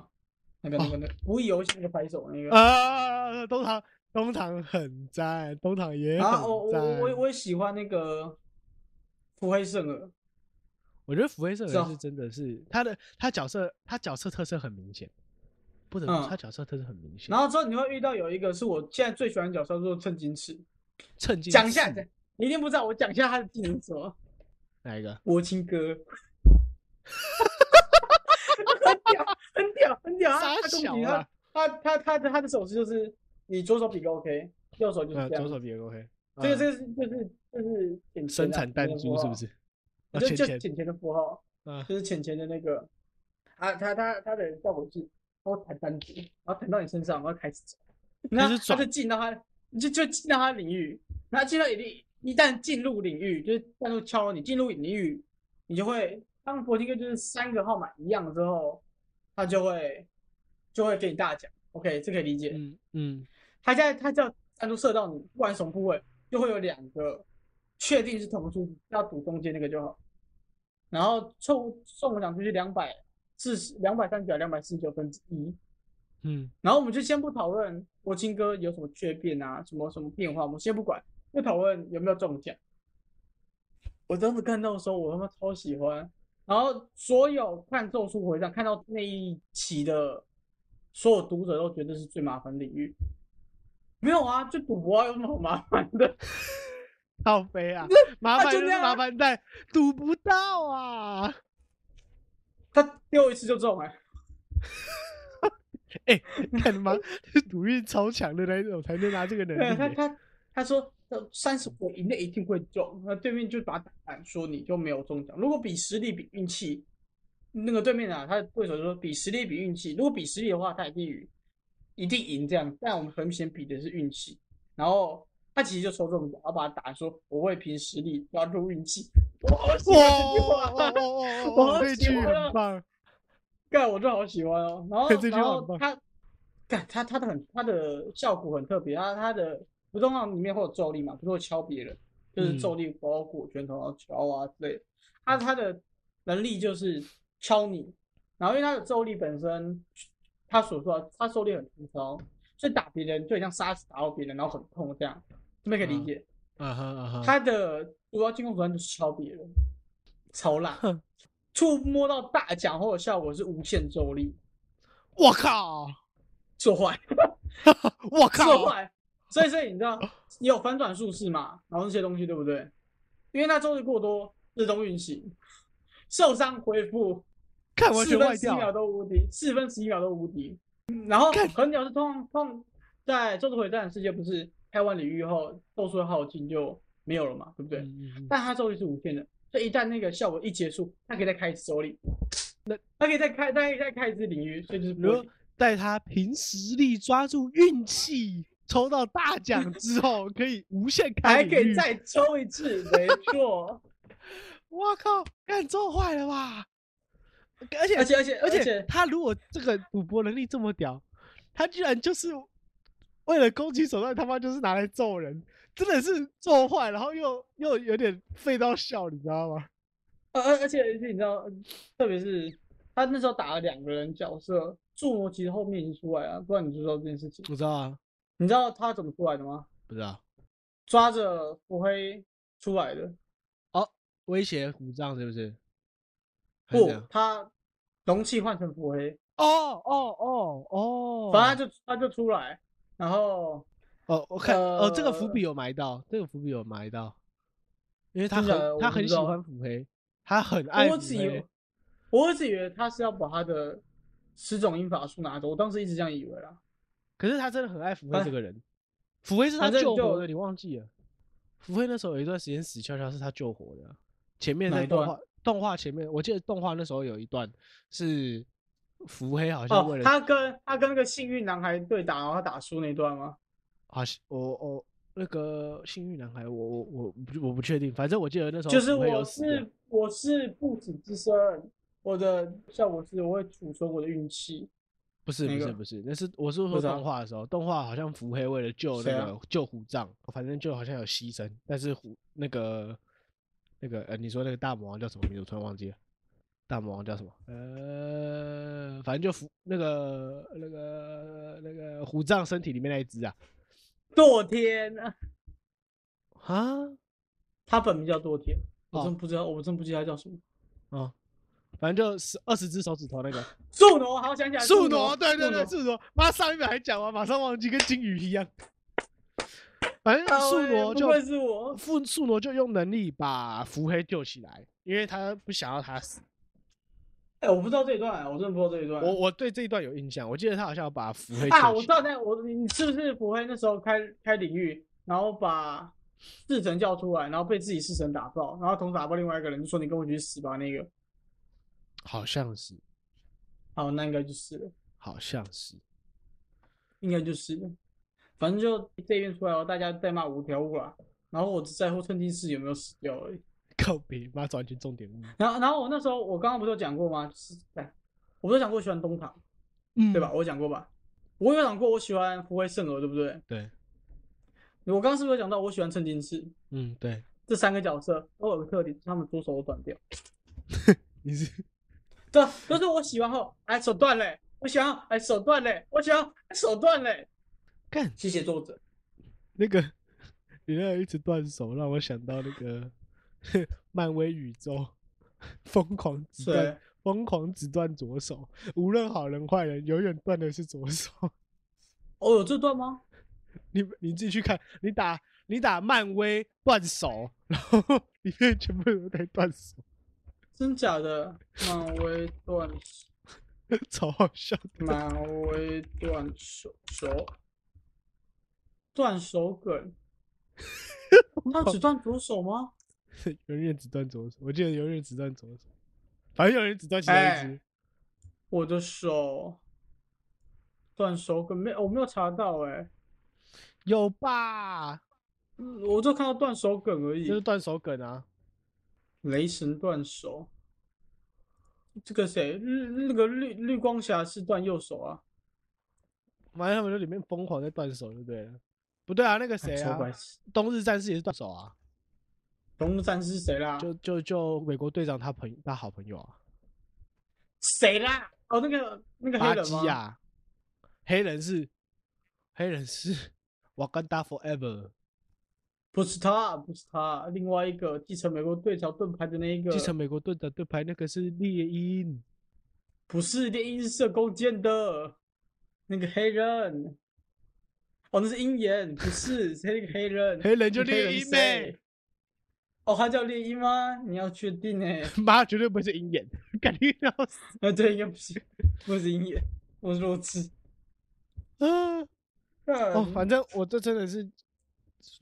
[SPEAKER 2] 那个那个那个无意游戏那个拍手那个。
[SPEAKER 1] 哦 啊，东堂东堂很赞，东堂也
[SPEAKER 2] 然
[SPEAKER 1] 很
[SPEAKER 2] 后啊哦我我我也
[SPEAKER 1] 赞。
[SPEAKER 2] 我也喜欢那个福黑圣儿，
[SPEAKER 1] 我觉得福威社
[SPEAKER 2] 是
[SPEAKER 1] 人
[SPEAKER 2] 啊
[SPEAKER 1] 是真的是他的他角色他角色特色很明显，不得不说
[SPEAKER 2] 嗯
[SPEAKER 1] 他角色特色很明显。
[SPEAKER 2] 然后之后你会遇到有一个是我现在最喜欢的角色，叫做趁金池。
[SPEAKER 1] 趁机
[SPEAKER 2] 讲一下，
[SPEAKER 1] 刺
[SPEAKER 2] 讲你一定不知道，我讲一下他的技能是什 么。
[SPEAKER 1] 哪一个？
[SPEAKER 2] 国青 哥，很屌，很屌，很屌！他
[SPEAKER 1] 傻
[SPEAKER 2] 他
[SPEAKER 1] 小
[SPEAKER 2] 攻击
[SPEAKER 1] 啊
[SPEAKER 2] 他，他他他的他的手势就是你左手比个 OK，右手就是
[SPEAKER 1] 嗯，
[SPEAKER 2] 这
[SPEAKER 1] 左
[SPEAKER 2] 样。
[SPEAKER 1] 手比 OK，
[SPEAKER 2] 这个
[SPEAKER 1] 嗯
[SPEAKER 2] 这个是就是就是浅浅
[SPEAKER 1] 生
[SPEAKER 2] 啊
[SPEAKER 1] 产弹
[SPEAKER 2] 浅
[SPEAKER 1] 珠
[SPEAKER 2] 的
[SPEAKER 1] 是
[SPEAKER 2] 符号
[SPEAKER 1] 不是？啊，
[SPEAKER 2] 就
[SPEAKER 1] 钱
[SPEAKER 2] 就
[SPEAKER 1] 钱，
[SPEAKER 2] 浅浅的符号，
[SPEAKER 1] 嗯，
[SPEAKER 2] 就是浅浅的那个啊，他他他的效果是，然后弹弹珠，然后弹到你身上，然后开始转，那
[SPEAKER 1] 是
[SPEAKER 2] 他就
[SPEAKER 1] 转
[SPEAKER 2] 进到他，你就就进到他的领域，那进到一定一旦进入领域，就是弹珠敲了你进入领域，你就会当佛金哥就是三个号码一样之后，他就会就会给你大奖，OK，这可以理解。
[SPEAKER 1] 嗯嗯，
[SPEAKER 2] 他现在他只要单独射到你，不管什么部位，就会有两个确定是同出，要赌中间那个就好。然后凑送我们两出去两百四十、两百三十九、两百四十九分之一。
[SPEAKER 1] 嗯，
[SPEAKER 2] 然后我们就先不讨论国庆哥有什么缺变啊，什么什么变化，我们先不管，就讨论有没有中奖。我当时看到的时候，我他妈超喜欢。然后所有看《咒术回战》看到那一期的所有读者都觉得是最麻烦的领域。没有啊，就赌博啊，有什么好麻烦的？
[SPEAKER 1] 靠飞啊，麻
[SPEAKER 2] 他
[SPEAKER 1] 烦
[SPEAKER 2] 就这
[SPEAKER 1] 就是
[SPEAKER 2] 样
[SPEAKER 1] 麻
[SPEAKER 2] 啊
[SPEAKER 1] 烦在赌不到啊。
[SPEAKER 2] 他丢一次就中哎、
[SPEAKER 1] 哎，看他妈 赌运超强的那一种才能拿这个能
[SPEAKER 2] 对，啊 他
[SPEAKER 1] 力耶。
[SPEAKER 2] 他他说呃三十我以内一定会中，那对面就把他打烂，说你就没有中奖。如果比实力比运气，那个对面啊，他的对手就说比实力比运气，如果比实力的话，他一定赢，一定赢这样。但我们很显比的是运气，然后他其实就抽中奖，然后把他打说我会凭实力，不要用运气。我好喜
[SPEAKER 1] 哇
[SPEAKER 2] 欢这句
[SPEAKER 1] 哦
[SPEAKER 2] 话
[SPEAKER 1] 哦哦哦
[SPEAKER 2] 我
[SPEAKER 1] 哦，
[SPEAKER 2] 好
[SPEAKER 1] 这
[SPEAKER 2] 喜
[SPEAKER 1] 句
[SPEAKER 2] 欢啊
[SPEAKER 1] 很棒。
[SPEAKER 2] 干，我就好喜欢哦。然后，
[SPEAKER 1] 这句
[SPEAKER 2] 然
[SPEAKER 1] 话
[SPEAKER 2] 后
[SPEAKER 1] 很棒
[SPEAKER 2] 他，干他他的很他的效果很特别，他他的不动号里面会有咒力嘛，不是会敲别人，就是
[SPEAKER 1] 嗯
[SPEAKER 2] 咒力包裹拳头然后敲啊之类的。他他的能力就是敲你，然后因为他的咒力本身，他所说的他咒力很粗糙，所以打别人就很像杀死打到别人，然后很痛这样，这边可以理
[SPEAKER 1] 嗯
[SPEAKER 2] 解。
[SPEAKER 1] 啊哈啊哈，
[SPEAKER 2] 他的主要进攻手段就是敲别人，超辣
[SPEAKER 1] 哼。
[SPEAKER 2] 触摸到大奖后的效果是无限咒力，
[SPEAKER 1] 我靠，
[SPEAKER 2] 做坏，
[SPEAKER 1] 我
[SPEAKER 2] 做
[SPEAKER 1] 靠，
[SPEAKER 2] 坏。所以，所以你知道也有翻转术式嘛，然后那些东西对不对？因为那周力过多，日中运行，受伤恢复，
[SPEAKER 1] 看完
[SPEAKER 2] 四
[SPEAKER 1] 哎全
[SPEAKER 2] 分
[SPEAKER 1] 坏
[SPEAKER 2] 十一秒
[SPEAKER 1] 掉。
[SPEAKER 2] 都无敌，四分十一秒都无敌。嗯然后
[SPEAKER 1] 看
[SPEAKER 2] 很屌是通常通常在《咒术回战》的世界不是开完领域后，咒术耗尽就没有了嘛，对不对？
[SPEAKER 1] 嗯，嗯嗯
[SPEAKER 2] 但它咒力是无限的，所以一旦那个效果一结束，它可以再开一次咒力，那它可以再开，它可以再开一次领域，所以就是
[SPEAKER 1] 比
[SPEAKER 2] 不
[SPEAKER 1] 如
[SPEAKER 2] 会
[SPEAKER 1] 说在他凭实力抓住运气，抽到大奖之后，可以无限开
[SPEAKER 2] 还
[SPEAKER 1] 领
[SPEAKER 2] 可以
[SPEAKER 1] 域
[SPEAKER 2] 再抽一次，没错。
[SPEAKER 1] 我靠，干做坏了吧？而且
[SPEAKER 2] 而且而且
[SPEAKER 1] 而
[SPEAKER 2] 而
[SPEAKER 1] 且
[SPEAKER 2] 且
[SPEAKER 1] 他如果这个赌博能力这么屌，他居然就是为了攻击手段，他妈就是拿来揍人，真的是做坏，然后又又有点废到笑，你知道吗？
[SPEAKER 2] 呃而而而且而且你知道，特别是他那时候打了两个人角色，柱魔其实后面已经出来了，不然你知不知道这件事情？
[SPEAKER 1] 不知道啊，
[SPEAKER 2] 你知道他怎么出来的吗？
[SPEAKER 1] 不知道，
[SPEAKER 2] 抓着腹黑出来的，
[SPEAKER 1] 威胁虎杖是不是？还是
[SPEAKER 2] 不
[SPEAKER 1] 怎样，
[SPEAKER 2] 他容器换成腹黑，
[SPEAKER 1] 哦哦哦哦，
[SPEAKER 2] 反正他就他就出来，然后
[SPEAKER 1] 哦，我看哦，这个伏
[SPEAKER 2] 呃
[SPEAKER 1] 笔有埋到，这个伏笔有埋到，因为他
[SPEAKER 2] 真假的啊
[SPEAKER 1] 很他
[SPEAKER 2] 我不
[SPEAKER 1] 很
[SPEAKER 2] 知
[SPEAKER 1] 喜
[SPEAKER 2] 道哦
[SPEAKER 1] 欢腹黑，他很爱
[SPEAKER 2] 我
[SPEAKER 1] 腹
[SPEAKER 2] 只以为
[SPEAKER 1] 黑，，
[SPEAKER 2] 我一直以为他是要把他的十种阴法术拿走，我当时一直这样以为啦。
[SPEAKER 1] 可是他真的很爱腹黑
[SPEAKER 2] 哎
[SPEAKER 1] 这个人，腹黑是他
[SPEAKER 2] 反正
[SPEAKER 1] 救活
[SPEAKER 2] 就
[SPEAKER 1] 的，你忘记了？腹黑那时候有一段时间死翘翘是他救活的啊，前面
[SPEAKER 2] 哪
[SPEAKER 1] 在
[SPEAKER 2] 一
[SPEAKER 1] 动
[SPEAKER 2] 段
[SPEAKER 1] 画动画前面，我记得动画那时候有一段是腹黑好像
[SPEAKER 2] 哦
[SPEAKER 1] 为，了
[SPEAKER 2] 他跟他跟那个幸运男孩对打，然后他打输那段吗？啊
[SPEAKER 1] 好像我我那个幸运男孩，我我我不我不确定，反正我记得那时候
[SPEAKER 2] 就是
[SPEAKER 1] 腹黑有
[SPEAKER 2] 我
[SPEAKER 1] 死掉
[SPEAKER 2] 是我是不死之身，我的效果是我会储存我的运气，
[SPEAKER 1] 不是
[SPEAKER 2] 哪
[SPEAKER 1] 不是
[SPEAKER 2] 个
[SPEAKER 1] 不是，那是我是说
[SPEAKER 2] 不知道
[SPEAKER 1] 动画的时候，动画好像伏黑为了救那
[SPEAKER 2] 谁啊
[SPEAKER 1] 个、救虎杖，反正就好像有牺牲，但是虎那个那个呃，你说那个大魔王叫什么名字？我突然忘记了，大魔王叫什么？呃，反正就伏那个那个那个虎杖身体里面那一只啊
[SPEAKER 2] 堕天，啊
[SPEAKER 1] 啊
[SPEAKER 2] 他本名叫堕天，我
[SPEAKER 1] 哦
[SPEAKER 2] 真不知道，我真不记得他叫什么。
[SPEAKER 1] 哦，反正就十二十只手指头那个
[SPEAKER 2] 树挪，好想起来，
[SPEAKER 1] 树挪，
[SPEAKER 2] 挪，
[SPEAKER 1] 对对对，
[SPEAKER 2] 树挪
[SPEAKER 1] 树挪，妈上一秒还讲完，马上忘记，跟金鱼一样。反正
[SPEAKER 2] 靠
[SPEAKER 1] 树
[SPEAKER 2] 欸
[SPEAKER 1] 挪就
[SPEAKER 2] 不愧是我，
[SPEAKER 1] 富素罗就用能力把伏黑救起来，因为他不想要他死。
[SPEAKER 2] 哎，我不知道这一段，我真的不知道这一段。
[SPEAKER 1] 我我对这一段有印象，我记得他好像要把伏黑救
[SPEAKER 2] 嗯啊，我
[SPEAKER 1] 起
[SPEAKER 2] 知
[SPEAKER 1] 来。
[SPEAKER 2] 道那我你你是不是不会那时候开开领域，然后把四神叫出来，然后被自己四神打爆，然后同时打爆另外一个人，就说你跟我一起去死吧那个。
[SPEAKER 1] 好像是，
[SPEAKER 2] 好，那应该就是了，
[SPEAKER 1] 好像是。
[SPEAKER 2] 应该就是了。反正就这一遍出来后，大家在骂五条悟啦，然后我只在乎趁金士有没有死掉而已。
[SPEAKER 1] 告别，妈，这完全重点物。
[SPEAKER 2] 然后，然后我那时候我刚刚不是有讲过吗？就是，哎，我不是有讲过我喜欢东堂，
[SPEAKER 1] 嗯
[SPEAKER 2] 对吧？？我有讲过吧？我有讲过我喜欢福慧圣娥，对不对？
[SPEAKER 1] 对，
[SPEAKER 2] 我刚刚是不是有讲到我喜欢趁金士
[SPEAKER 1] 嗯，对，
[SPEAKER 2] 这三个角色都有个特点，他们左手都断掉。
[SPEAKER 1] 你是
[SPEAKER 2] 这都是我喜欢后，哎，手断嘞，我想哎手断嘞，我想哎手断嘞。
[SPEAKER 1] 干
[SPEAKER 2] 谢谢作者，
[SPEAKER 1] 那个，你那一直断手，让我想到那个 漫威宇宙疯狂只断
[SPEAKER 2] 对，
[SPEAKER 1] 疯狂只断左手，无论好人坏人，永远断的是左手。
[SPEAKER 2] 哦，有这段吗？
[SPEAKER 1] 你你自己去看，你打你打漫威断手，然后里面全部都在断手，
[SPEAKER 2] 真假的？漫威断手，
[SPEAKER 1] 超好笑的。
[SPEAKER 2] 漫威断手手，断手 梗。他只断左手吗？
[SPEAKER 1] 有人只断左手，我记得有人只断左手，反正有人只断其中一
[SPEAKER 2] 哎
[SPEAKER 1] 只。
[SPEAKER 2] 我的手断手梗没，我没有查到哎、
[SPEAKER 1] 有吧？
[SPEAKER 2] 嗯我就看到断手梗而已。
[SPEAKER 1] 就是断手梗啊！
[SPEAKER 2] 雷神断手，这个谁绿那个绿绿光侠是断右手啊？
[SPEAKER 1] 反正他们就里面疯狂在断手，就对了。不对啊，那个谁
[SPEAKER 2] 超
[SPEAKER 1] 啊，
[SPEAKER 2] 白痴！
[SPEAKER 1] 冬日战士也是断手啊，
[SPEAKER 2] 龙的战士是谁啦？
[SPEAKER 1] 就就就美国队长他朋他好朋友啊，
[SPEAKER 2] 谁啦？哦，那个那 个黑
[SPEAKER 1] 巴
[SPEAKER 2] 人
[SPEAKER 1] 基
[SPEAKER 2] 吗？
[SPEAKER 1] 亚，啊黑人是黑人是 瓦干达 forever。
[SPEAKER 2] 不是他，不是他，另外一个继承美国队长盾牌的那一个，
[SPEAKER 1] 继承美国队的盾牌那个是猎鹰，
[SPEAKER 2] 不是猎鹰射弓箭的那个黑人。哦，那是鹰眼，不是是那个黑人。
[SPEAKER 1] 黑人就
[SPEAKER 2] 那个黑
[SPEAKER 1] 猎
[SPEAKER 2] 人是
[SPEAKER 1] 鹰呗
[SPEAKER 2] 谁，。哦，他叫猎鹰吗？你要确定哎、
[SPEAKER 1] 妈绝对不会是鹰眼， 肯定要死
[SPEAKER 2] 啊，对，应该不是，不是鹰眼，我是弱智。
[SPEAKER 1] 啊！哦，
[SPEAKER 2] 哦
[SPEAKER 1] 反正我这真的是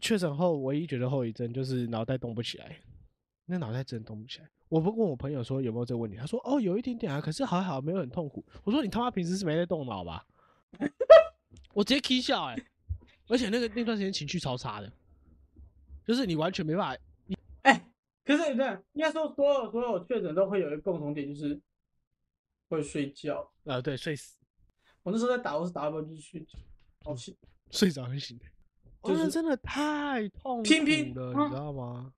[SPEAKER 1] 确诊后唯一觉得后遗症就是脑袋动不起来，那脑袋真的动不起来。我不问我朋友说有没有这个问题，他说哦有一点点啊，可是还好没有很痛苦。我说你他妈平时是没在动脑 吧？我直接 k 笑哎、而且那个那段时间情绪超差的，就是你完全没办法
[SPEAKER 2] 哎，可是对，应该说所有所有确诊都会有一个共同点，就是会睡觉。
[SPEAKER 1] 呃对睡死
[SPEAKER 2] 我那时候在打，我是打到半夜就睡觉，好气。
[SPEAKER 1] 睡着就醒了。
[SPEAKER 2] 就
[SPEAKER 1] 哦那
[SPEAKER 2] 是
[SPEAKER 1] 真的太痛
[SPEAKER 2] 拼拼
[SPEAKER 1] 苦了，
[SPEAKER 2] 啊
[SPEAKER 1] 你知道吗？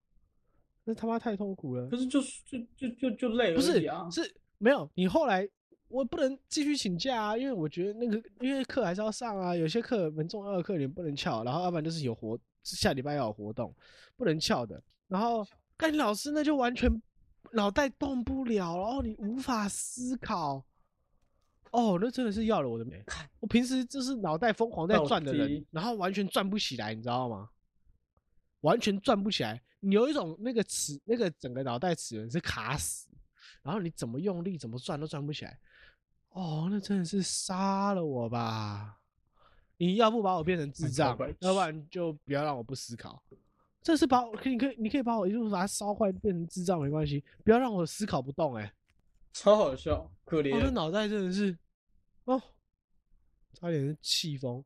[SPEAKER 1] 那他妈太痛苦了
[SPEAKER 2] 可。是就是就就就就累
[SPEAKER 1] 不
[SPEAKER 2] 而
[SPEAKER 1] 是
[SPEAKER 2] 已啊，
[SPEAKER 1] 是没有你后来我不能继续请假啊，因为我觉得那个因为课还是要上啊，有些课很重要的课你不能翘，然后要不然就是有活下礼拜要有活动不能翘的，然后干你老师那就完全脑袋动不了，然后你无法思考。哦，那真的是要了我的命！我平时就是脑袋疯狂在
[SPEAKER 2] 到
[SPEAKER 1] 转的人
[SPEAKER 2] 底，
[SPEAKER 1] 然后完全转不起来，你知道吗？完全转不起来，你有一种那个齿那个整个脑袋齿轮是卡死，然后你怎么用力怎么转都转不起来。哦，那真的是杀了我吧！你要不把我变成智
[SPEAKER 2] 哎超
[SPEAKER 1] 障
[SPEAKER 2] 白，
[SPEAKER 1] 要不
[SPEAKER 2] 痴
[SPEAKER 1] 然就不要让我不思考。这是把我，可以可以，你可以把我一路把它烧坏，变成智障没关系，不要让我思考不动、欸。
[SPEAKER 2] 超好笑，可
[SPEAKER 1] 哎，我的
[SPEAKER 2] 怜。
[SPEAKER 1] 脑袋真的是，哦，差点是气疯。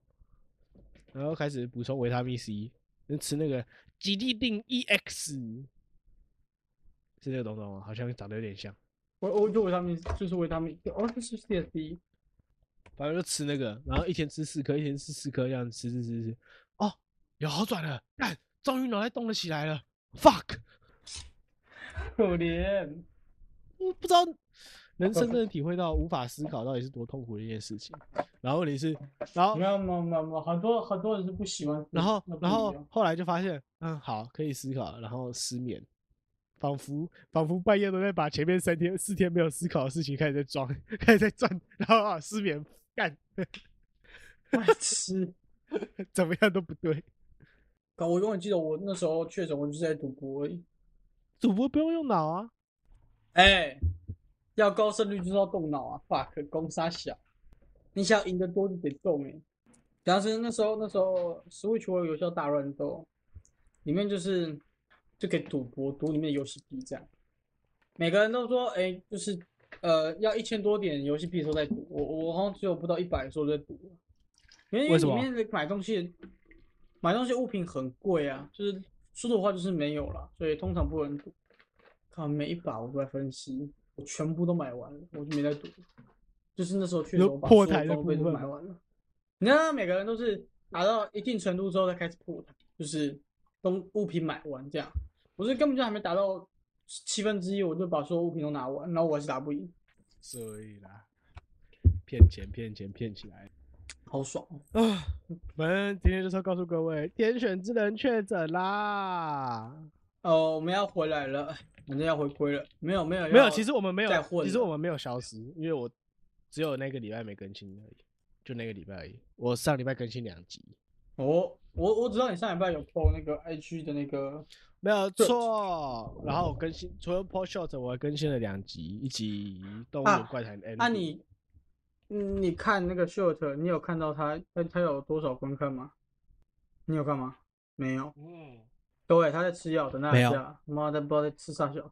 [SPEAKER 1] 然后开始补充维他命 C，就吃那个吉利定 EX，是那个东东吗？好像长得有点像。
[SPEAKER 2] 我我就维他命就是维他命，哦，这是 CSD。
[SPEAKER 1] 反正就吃那个，然后一天吃四颗，一天吃四颗，这样吃吃吃吃，哦，有好转了，干，终于脑袋动了起来了，fuck，
[SPEAKER 2] 可怜。
[SPEAKER 1] 我嗯不知道人生真的体会到无法思考到底是多痛苦的一件事情。然后问题是，然后
[SPEAKER 2] 没有没有没有没有，很多很多人是不喜欢吃。
[SPEAKER 1] 哦然后
[SPEAKER 2] 那不
[SPEAKER 1] 然
[SPEAKER 2] 一样
[SPEAKER 1] 后后来就发现，嗯，好，可以思考，然后失眠，仿佛仿佛半夜都在把前面三天四天没有思考的事情开始在装，开始在转，然后啊失眠干，
[SPEAKER 2] 白痴，
[SPEAKER 1] 怎么样都不对。
[SPEAKER 2] 搞 我永远记得我那时候确诊，我就是在赌博而已。
[SPEAKER 1] 主播不用用脑啊，
[SPEAKER 2] 哎、要高胜率就是要动脑啊！fuck，攻杀小，你想赢得多就得动哎、主要是那时候那时候 Switch 我有游戏叫大乱斗，里面就是就可以赌博，赌里面的游戏币这样。每个人都说哎、就是呃要一千多点游戏币的时候在赌，我我好像只有不到一百的时候在赌，因为因
[SPEAKER 1] 为什
[SPEAKER 2] 里
[SPEAKER 1] 么
[SPEAKER 2] 面的买东西买东西物品很贵啊，就是说的话就是没有了，所以通常不能赌。看每一把我都在分析，我全部都买完了，我就没在赌。就是那时候去的时候，
[SPEAKER 1] 有
[SPEAKER 2] 把所
[SPEAKER 1] 破
[SPEAKER 2] 有
[SPEAKER 1] 台的
[SPEAKER 2] 装备都
[SPEAKER 1] 部分
[SPEAKER 2] 买
[SPEAKER 1] 吗
[SPEAKER 2] 完了。你看，每个人都是达到一定程度之后再开始破台，就是东物品买完这样。我是根本就还没达到七分之一，我就把所有物品都拿完，然后我还是打不赢，
[SPEAKER 1] 所以啦，骗钱骗钱骗起来
[SPEAKER 2] 好爽哦！
[SPEAKER 1] 啊！反正今天就是要告诉各位，天选之人确诊啦。
[SPEAKER 2] 哦，我们要回来了，反正要回归了。没有没有
[SPEAKER 1] 没有，
[SPEAKER 2] 要
[SPEAKER 1] 其实我们没
[SPEAKER 2] 再
[SPEAKER 1] 有，
[SPEAKER 2] 混
[SPEAKER 1] 其实
[SPEAKER 2] 了
[SPEAKER 1] 我们没有消失，因为我只有那个礼拜没更新而已，就那个礼拜而已。我上礼拜更新两集，
[SPEAKER 2] 哦，我我知道你上礼拜有 PO 那个 IG 的那个，
[SPEAKER 1] 没有错。然后我更新除了 p o Short，我还更新了两集，一集《动
[SPEAKER 2] 啊
[SPEAKER 1] 物怪谈》的 ending。
[SPEAKER 2] 那、你嗯你看那个 short，你有看到他他他有多少观看吗？你有看吗？没有。
[SPEAKER 1] 嗯，
[SPEAKER 2] 对，他在吃药，等他
[SPEAKER 1] 没
[SPEAKER 2] 一
[SPEAKER 1] 有
[SPEAKER 2] 下，妈的不知道在吃啥小。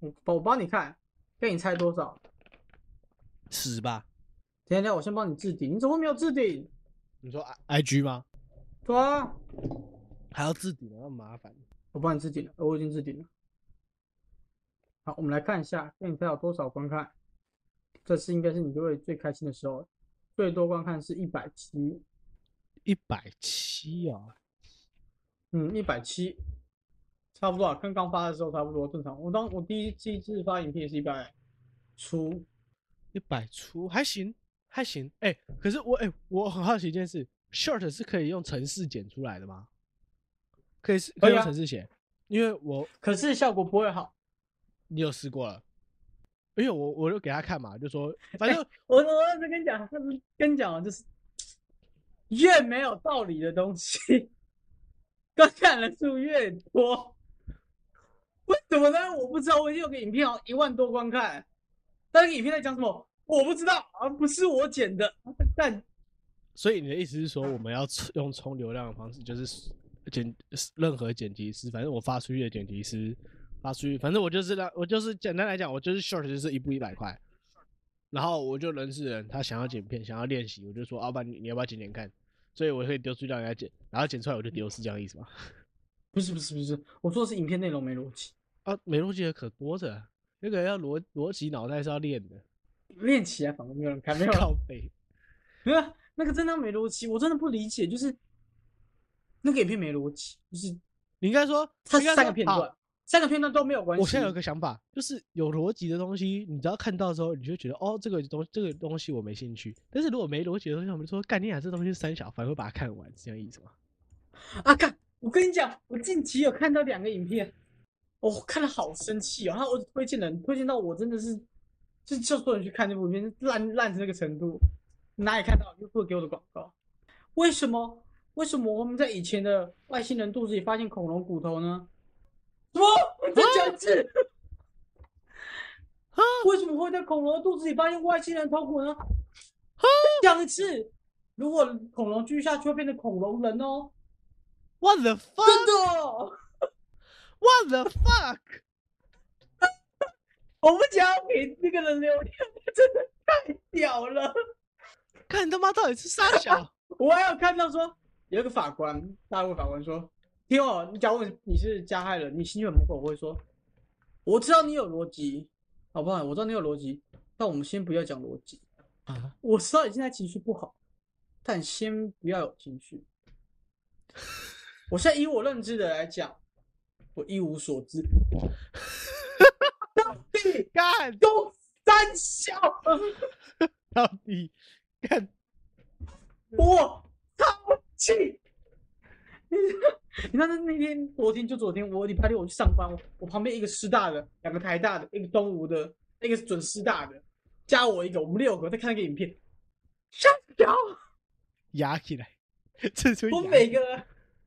[SPEAKER 2] 我帮我帮你看，给你猜多少？
[SPEAKER 1] 十吧？
[SPEAKER 2] 等一下等一下，我先帮你置顶。你怎么没有置顶？
[SPEAKER 1] 你说啊 I G 吗？
[SPEAKER 2] 对啊，
[SPEAKER 1] 还要置顶，那么麻烦。
[SPEAKER 2] 我帮你置顶了，我已经置顶了。好，我们来看一下，给你猜有多少观看？这次应该是你各位最开心的时候了，最多观看是一百七，
[SPEAKER 1] 一百七啊！
[SPEAKER 2] 嗯，一百七，差不多啊，跟刚发的时候差不多，正常。我当我第一第一次发影片也是一百出，
[SPEAKER 1] 一百出还行，还行。哎、可是我哎、我很好奇一件事，short 是可以用程式剪出来的吗？可以是可
[SPEAKER 2] 可以
[SPEAKER 1] 以用
[SPEAKER 2] 啊
[SPEAKER 1] 程式写，因为我
[SPEAKER 2] 可是效果不会好。
[SPEAKER 1] 你有试过了，因为我我就给他看嘛，就说反正
[SPEAKER 2] 我我我跟你讲，跟你讲，啊就是越没有道理的东西，观看人数越多。为什么呢？我不知道。我已经有个影片哦，一万多观看，但是影片在讲什么，我不知道啊，不是我剪的。 但
[SPEAKER 1] 所以你的意思是说我们要冲用冲流量的方式，就是剪任何剪辑师，反正我发出去的剪辑师发出去，反正我就是让我就是简单来讲，我就是 short 就是一步一百块，然后我就人是人，他想要剪片，想要练习，我就说，老板你你要不要剪剪看？所以我可以丢出去让人家剪，然后剪出来我就丢，是这样意思吗？
[SPEAKER 2] 不是不是不是，我说的是影片内容没逻辑。
[SPEAKER 1] 啊，美逻辑的可多着，啊那个要逻逻辑脑袋是要练的，
[SPEAKER 2] 练起来反而没有人看，没有人
[SPEAKER 1] 靠背。
[SPEAKER 2] 没有，那个真的没逻辑，我真的不理解，就是那个影片没逻辑，就是
[SPEAKER 1] 你应该说，
[SPEAKER 2] 它
[SPEAKER 1] 应该
[SPEAKER 2] 三
[SPEAKER 1] 说
[SPEAKER 2] 个片
[SPEAKER 1] 好
[SPEAKER 2] 段，三个片段都没有关系。
[SPEAKER 1] 我现在有个想法，就是有逻辑的东西，你只要看到之后，你就觉得哦，这个东这个东西我没兴趣。但是如果没逻辑的东西，我们就说干你俩这东西是三小，反而会把它看完，是这样意思吗？
[SPEAKER 2] 啊，干！我跟你讲，我近期有看到两个影片，哦我、看了好生气哦。然后我推荐人推荐到我真的是，就就说你去看这部片，烂烂成那个程度，哪里看到 YouTube 给我的广告？为什么？为什么我们在以前的外星人肚子里发现恐龙骨头呢？什么？我再讲一次。
[SPEAKER 1] 啊
[SPEAKER 2] 为什么会在恐龙的肚子里发现外星人头骨呢？再讲一次，如果恐龙继续下去，会变成恐龙人哦。
[SPEAKER 1] What the
[SPEAKER 2] 真
[SPEAKER 1] fuck?
[SPEAKER 2] 的哦、
[SPEAKER 1] What the fuck?
[SPEAKER 2] 我不想要给那个人留言，真的太屌了。
[SPEAKER 1] 看你他妈到底是三小？
[SPEAKER 2] 我还有看到说，有一个法官，大陆法官说：“听哦，你假如你是加害人，你心血门口我会说，我知道你有逻辑，好不好？我知道你有逻辑，但我们先不要讲逻辑，
[SPEAKER 1] 啊，
[SPEAKER 2] 我知道你现在情绪不好，但先不要有情绪。我现在以我认知的来讲，我一无所知。到底
[SPEAKER 1] 干
[SPEAKER 2] 都三小，
[SPEAKER 1] 到底干
[SPEAKER 2] 我超气！ 你看，那那天昨天就昨天，我礼拜六我去上班，我我旁边一个师大的，两个台大的，一个东吴的，一个是准师大的，加我一个，我们六个在看那个影片。三小。
[SPEAKER 1] 压起来，这出
[SPEAKER 2] 我
[SPEAKER 1] 牙
[SPEAKER 2] 每个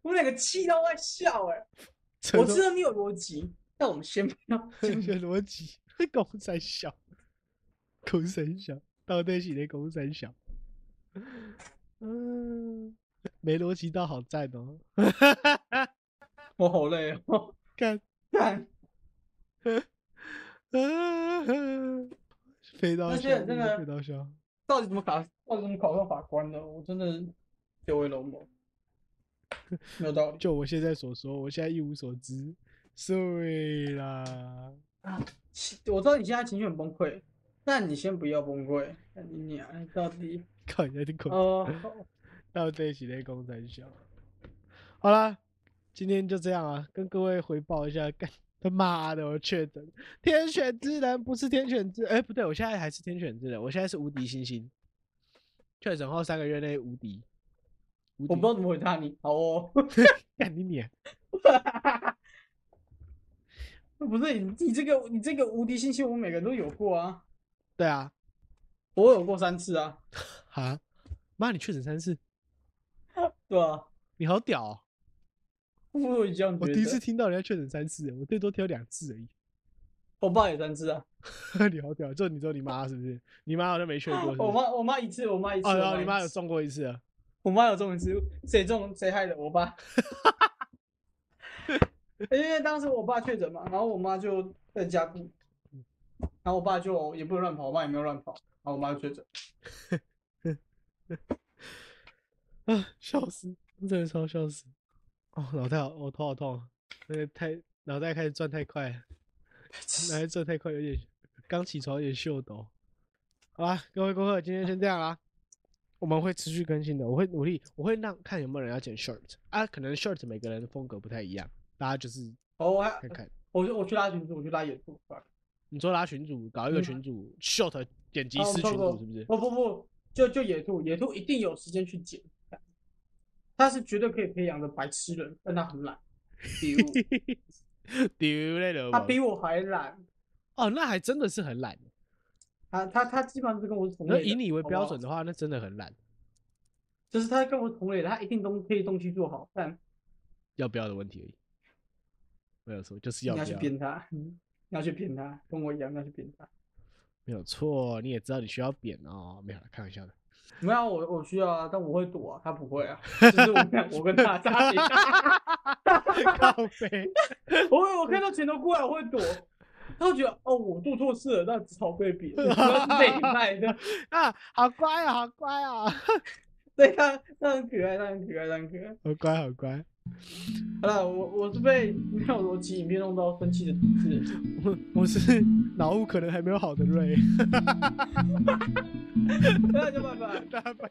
[SPEAKER 2] 我们两个气到在笑哎、
[SPEAKER 1] 这
[SPEAKER 2] 我
[SPEAKER 1] 出。
[SPEAKER 2] 知道你有逻辑，但我们先不要
[SPEAKER 1] 这个逻辑， 公三小，公三小，到底是的公三小， 嗯，没逻辑到好赞哦，
[SPEAKER 2] 我好累哦，
[SPEAKER 1] 看，
[SPEAKER 2] 但
[SPEAKER 1] 啊， 飞刀
[SPEAKER 2] 而
[SPEAKER 1] 笑，
[SPEAKER 2] 且那
[SPEAKER 1] 真的
[SPEAKER 2] 个
[SPEAKER 1] 飞刀笑，
[SPEAKER 2] 到底怎么考，到底怎么考上法官的？我真的血为龙某，没有道理。
[SPEAKER 1] 就我现在所说，我现在一无所知，sorry 啦，
[SPEAKER 2] 气我知道你现在情绪很崩溃，但你先不要崩溃。干你娘，到 底
[SPEAKER 1] 靠你在听口
[SPEAKER 2] 哦，
[SPEAKER 1] 到这一起的公三小。好啦，今天就这样啊，跟各位回报一下，干他妈的我确诊，天选之人不是天选之，哎、不对，我现在还是天选之人，我现在是无敌星星，确诊后三个月内无敌，无敌
[SPEAKER 2] 我不知道怎么回答你。好哦，
[SPEAKER 1] 干你脸，
[SPEAKER 2] 不是你，你这个你这个无敌信息，我们每个人都有过啊，
[SPEAKER 1] 对啊，
[SPEAKER 2] 我有过三次啊，
[SPEAKER 1] 哈，妈你确诊三次，
[SPEAKER 2] 对吧、啊？
[SPEAKER 1] 你好屌、哦，
[SPEAKER 2] 我也这样觉
[SPEAKER 1] 我
[SPEAKER 2] 得。
[SPEAKER 1] 第一次听到人家确诊三次，我最多挑两次而已。
[SPEAKER 2] 我爸也三次啊，
[SPEAKER 1] 你好屌，就你说你妈是不是？你妈好像没确诊过是不
[SPEAKER 2] 我
[SPEAKER 1] 是，
[SPEAKER 2] 妈我妈一次，我妈一次，
[SPEAKER 1] 哦，
[SPEAKER 2] 我
[SPEAKER 1] 然后你
[SPEAKER 2] 一
[SPEAKER 1] 妈有
[SPEAKER 2] 次，
[SPEAKER 1] 中过一次啊了。
[SPEAKER 2] 我妈有中一次，谁中谁害的，我爸。 因为当时我爸确诊嘛，然后我妈就在家顾，然后我爸就也不能乱跑，我妈也没有乱跑，然后我妈就确诊。
[SPEAKER 1] 啊， 笑死，真的超笑死！哦，脑袋好，我、头好痛啊，那个太脑袋开始转太快了，脑袋转太快，有点刚起床有点秀抖。好啦，各位顾客，今天先这样啦，我们会持续更新的，我会努力，我会让看有没有人要剪 short 啊，可能 short 每个人的风格不太一样，大家就是
[SPEAKER 2] 哦，我还
[SPEAKER 1] 看看。
[SPEAKER 2] 我就我去拉群主，我去拉野兔。
[SPEAKER 1] 你说拉群主搞一个
[SPEAKER 2] 嗯
[SPEAKER 1] 群主 short 剪辑
[SPEAKER 2] 啊
[SPEAKER 1] 师
[SPEAKER 2] 不
[SPEAKER 1] 群主
[SPEAKER 2] 不
[SPEAKER 1] 是不是？
[SPEAKER 2] 不不不，就就野兔，野兔一定有时间去剪，他是绝对可以培养的白痴人，但他很懒，比如
[SPEAKER 1] 丢嘞了
[SPEAKER 2] 他
[SPEAKER 1] 我，
[SPEAKER 2] 比我还懒，
[SPEAKER 1] 哦，那还真的是很懒。欸
[SPEAKER 2] 他他他基本上是跟我是同类
[SPEAKER 1] 那
[SPEAKER 2] 的。
[SPEAKER 1] 以你为
[SPEAKER 2] 好不
[SPEAKER 1] 标
[SPEAKER 2] 好
[SPEAKER 1] 准的话，那真的很懒。
[SPEAKER 2] 就是他跟我同类的，他一定东可以东西做好，但
[SPEAKER 1] 要不要的问题而已，没有错，就是
[SPEAKER 2] 你
[SPEAKER 1] 要
[SPEAKER 2] 要
[SPEAKER 1] 不
[SPEAKER 2] 去
[SPEAKER 1] 要，
[SPEAKER 2] 编他，嗯你要去编他，跟我一样你要去编他。
[SPEAKER 1] 没有错。你也知道你需要扁哦，没有啦，开玩 笑的。
[SPEAKER 2] 没有啊我我需要啊，但我会躲啊，他不会啊， 就是我们俩我跟他的差别。
[SPEAKER 1] 靠背，
[SPEAKER 2] 我我看到拳头过来我会躲，他会觉得哦我做错事了，那只好被扁，你知道是被卖的，
[SPEAKER 1] 啊，好乖啊，好乖 啊，
[SPEAKER 2] 对他他很可爱，他很可爱，他很可爱。
[SPEAKER 1] 好乖，好乖。
[SPEAKER 2] 好了，我我是被没有逻辑影片弄到生气的同志，
[SPEAKER 1] 我我是脑雾，可能还没有好的瑞。
[SPEAKER 2] 那就拜拜。
[SPEAKER 1] 大家拜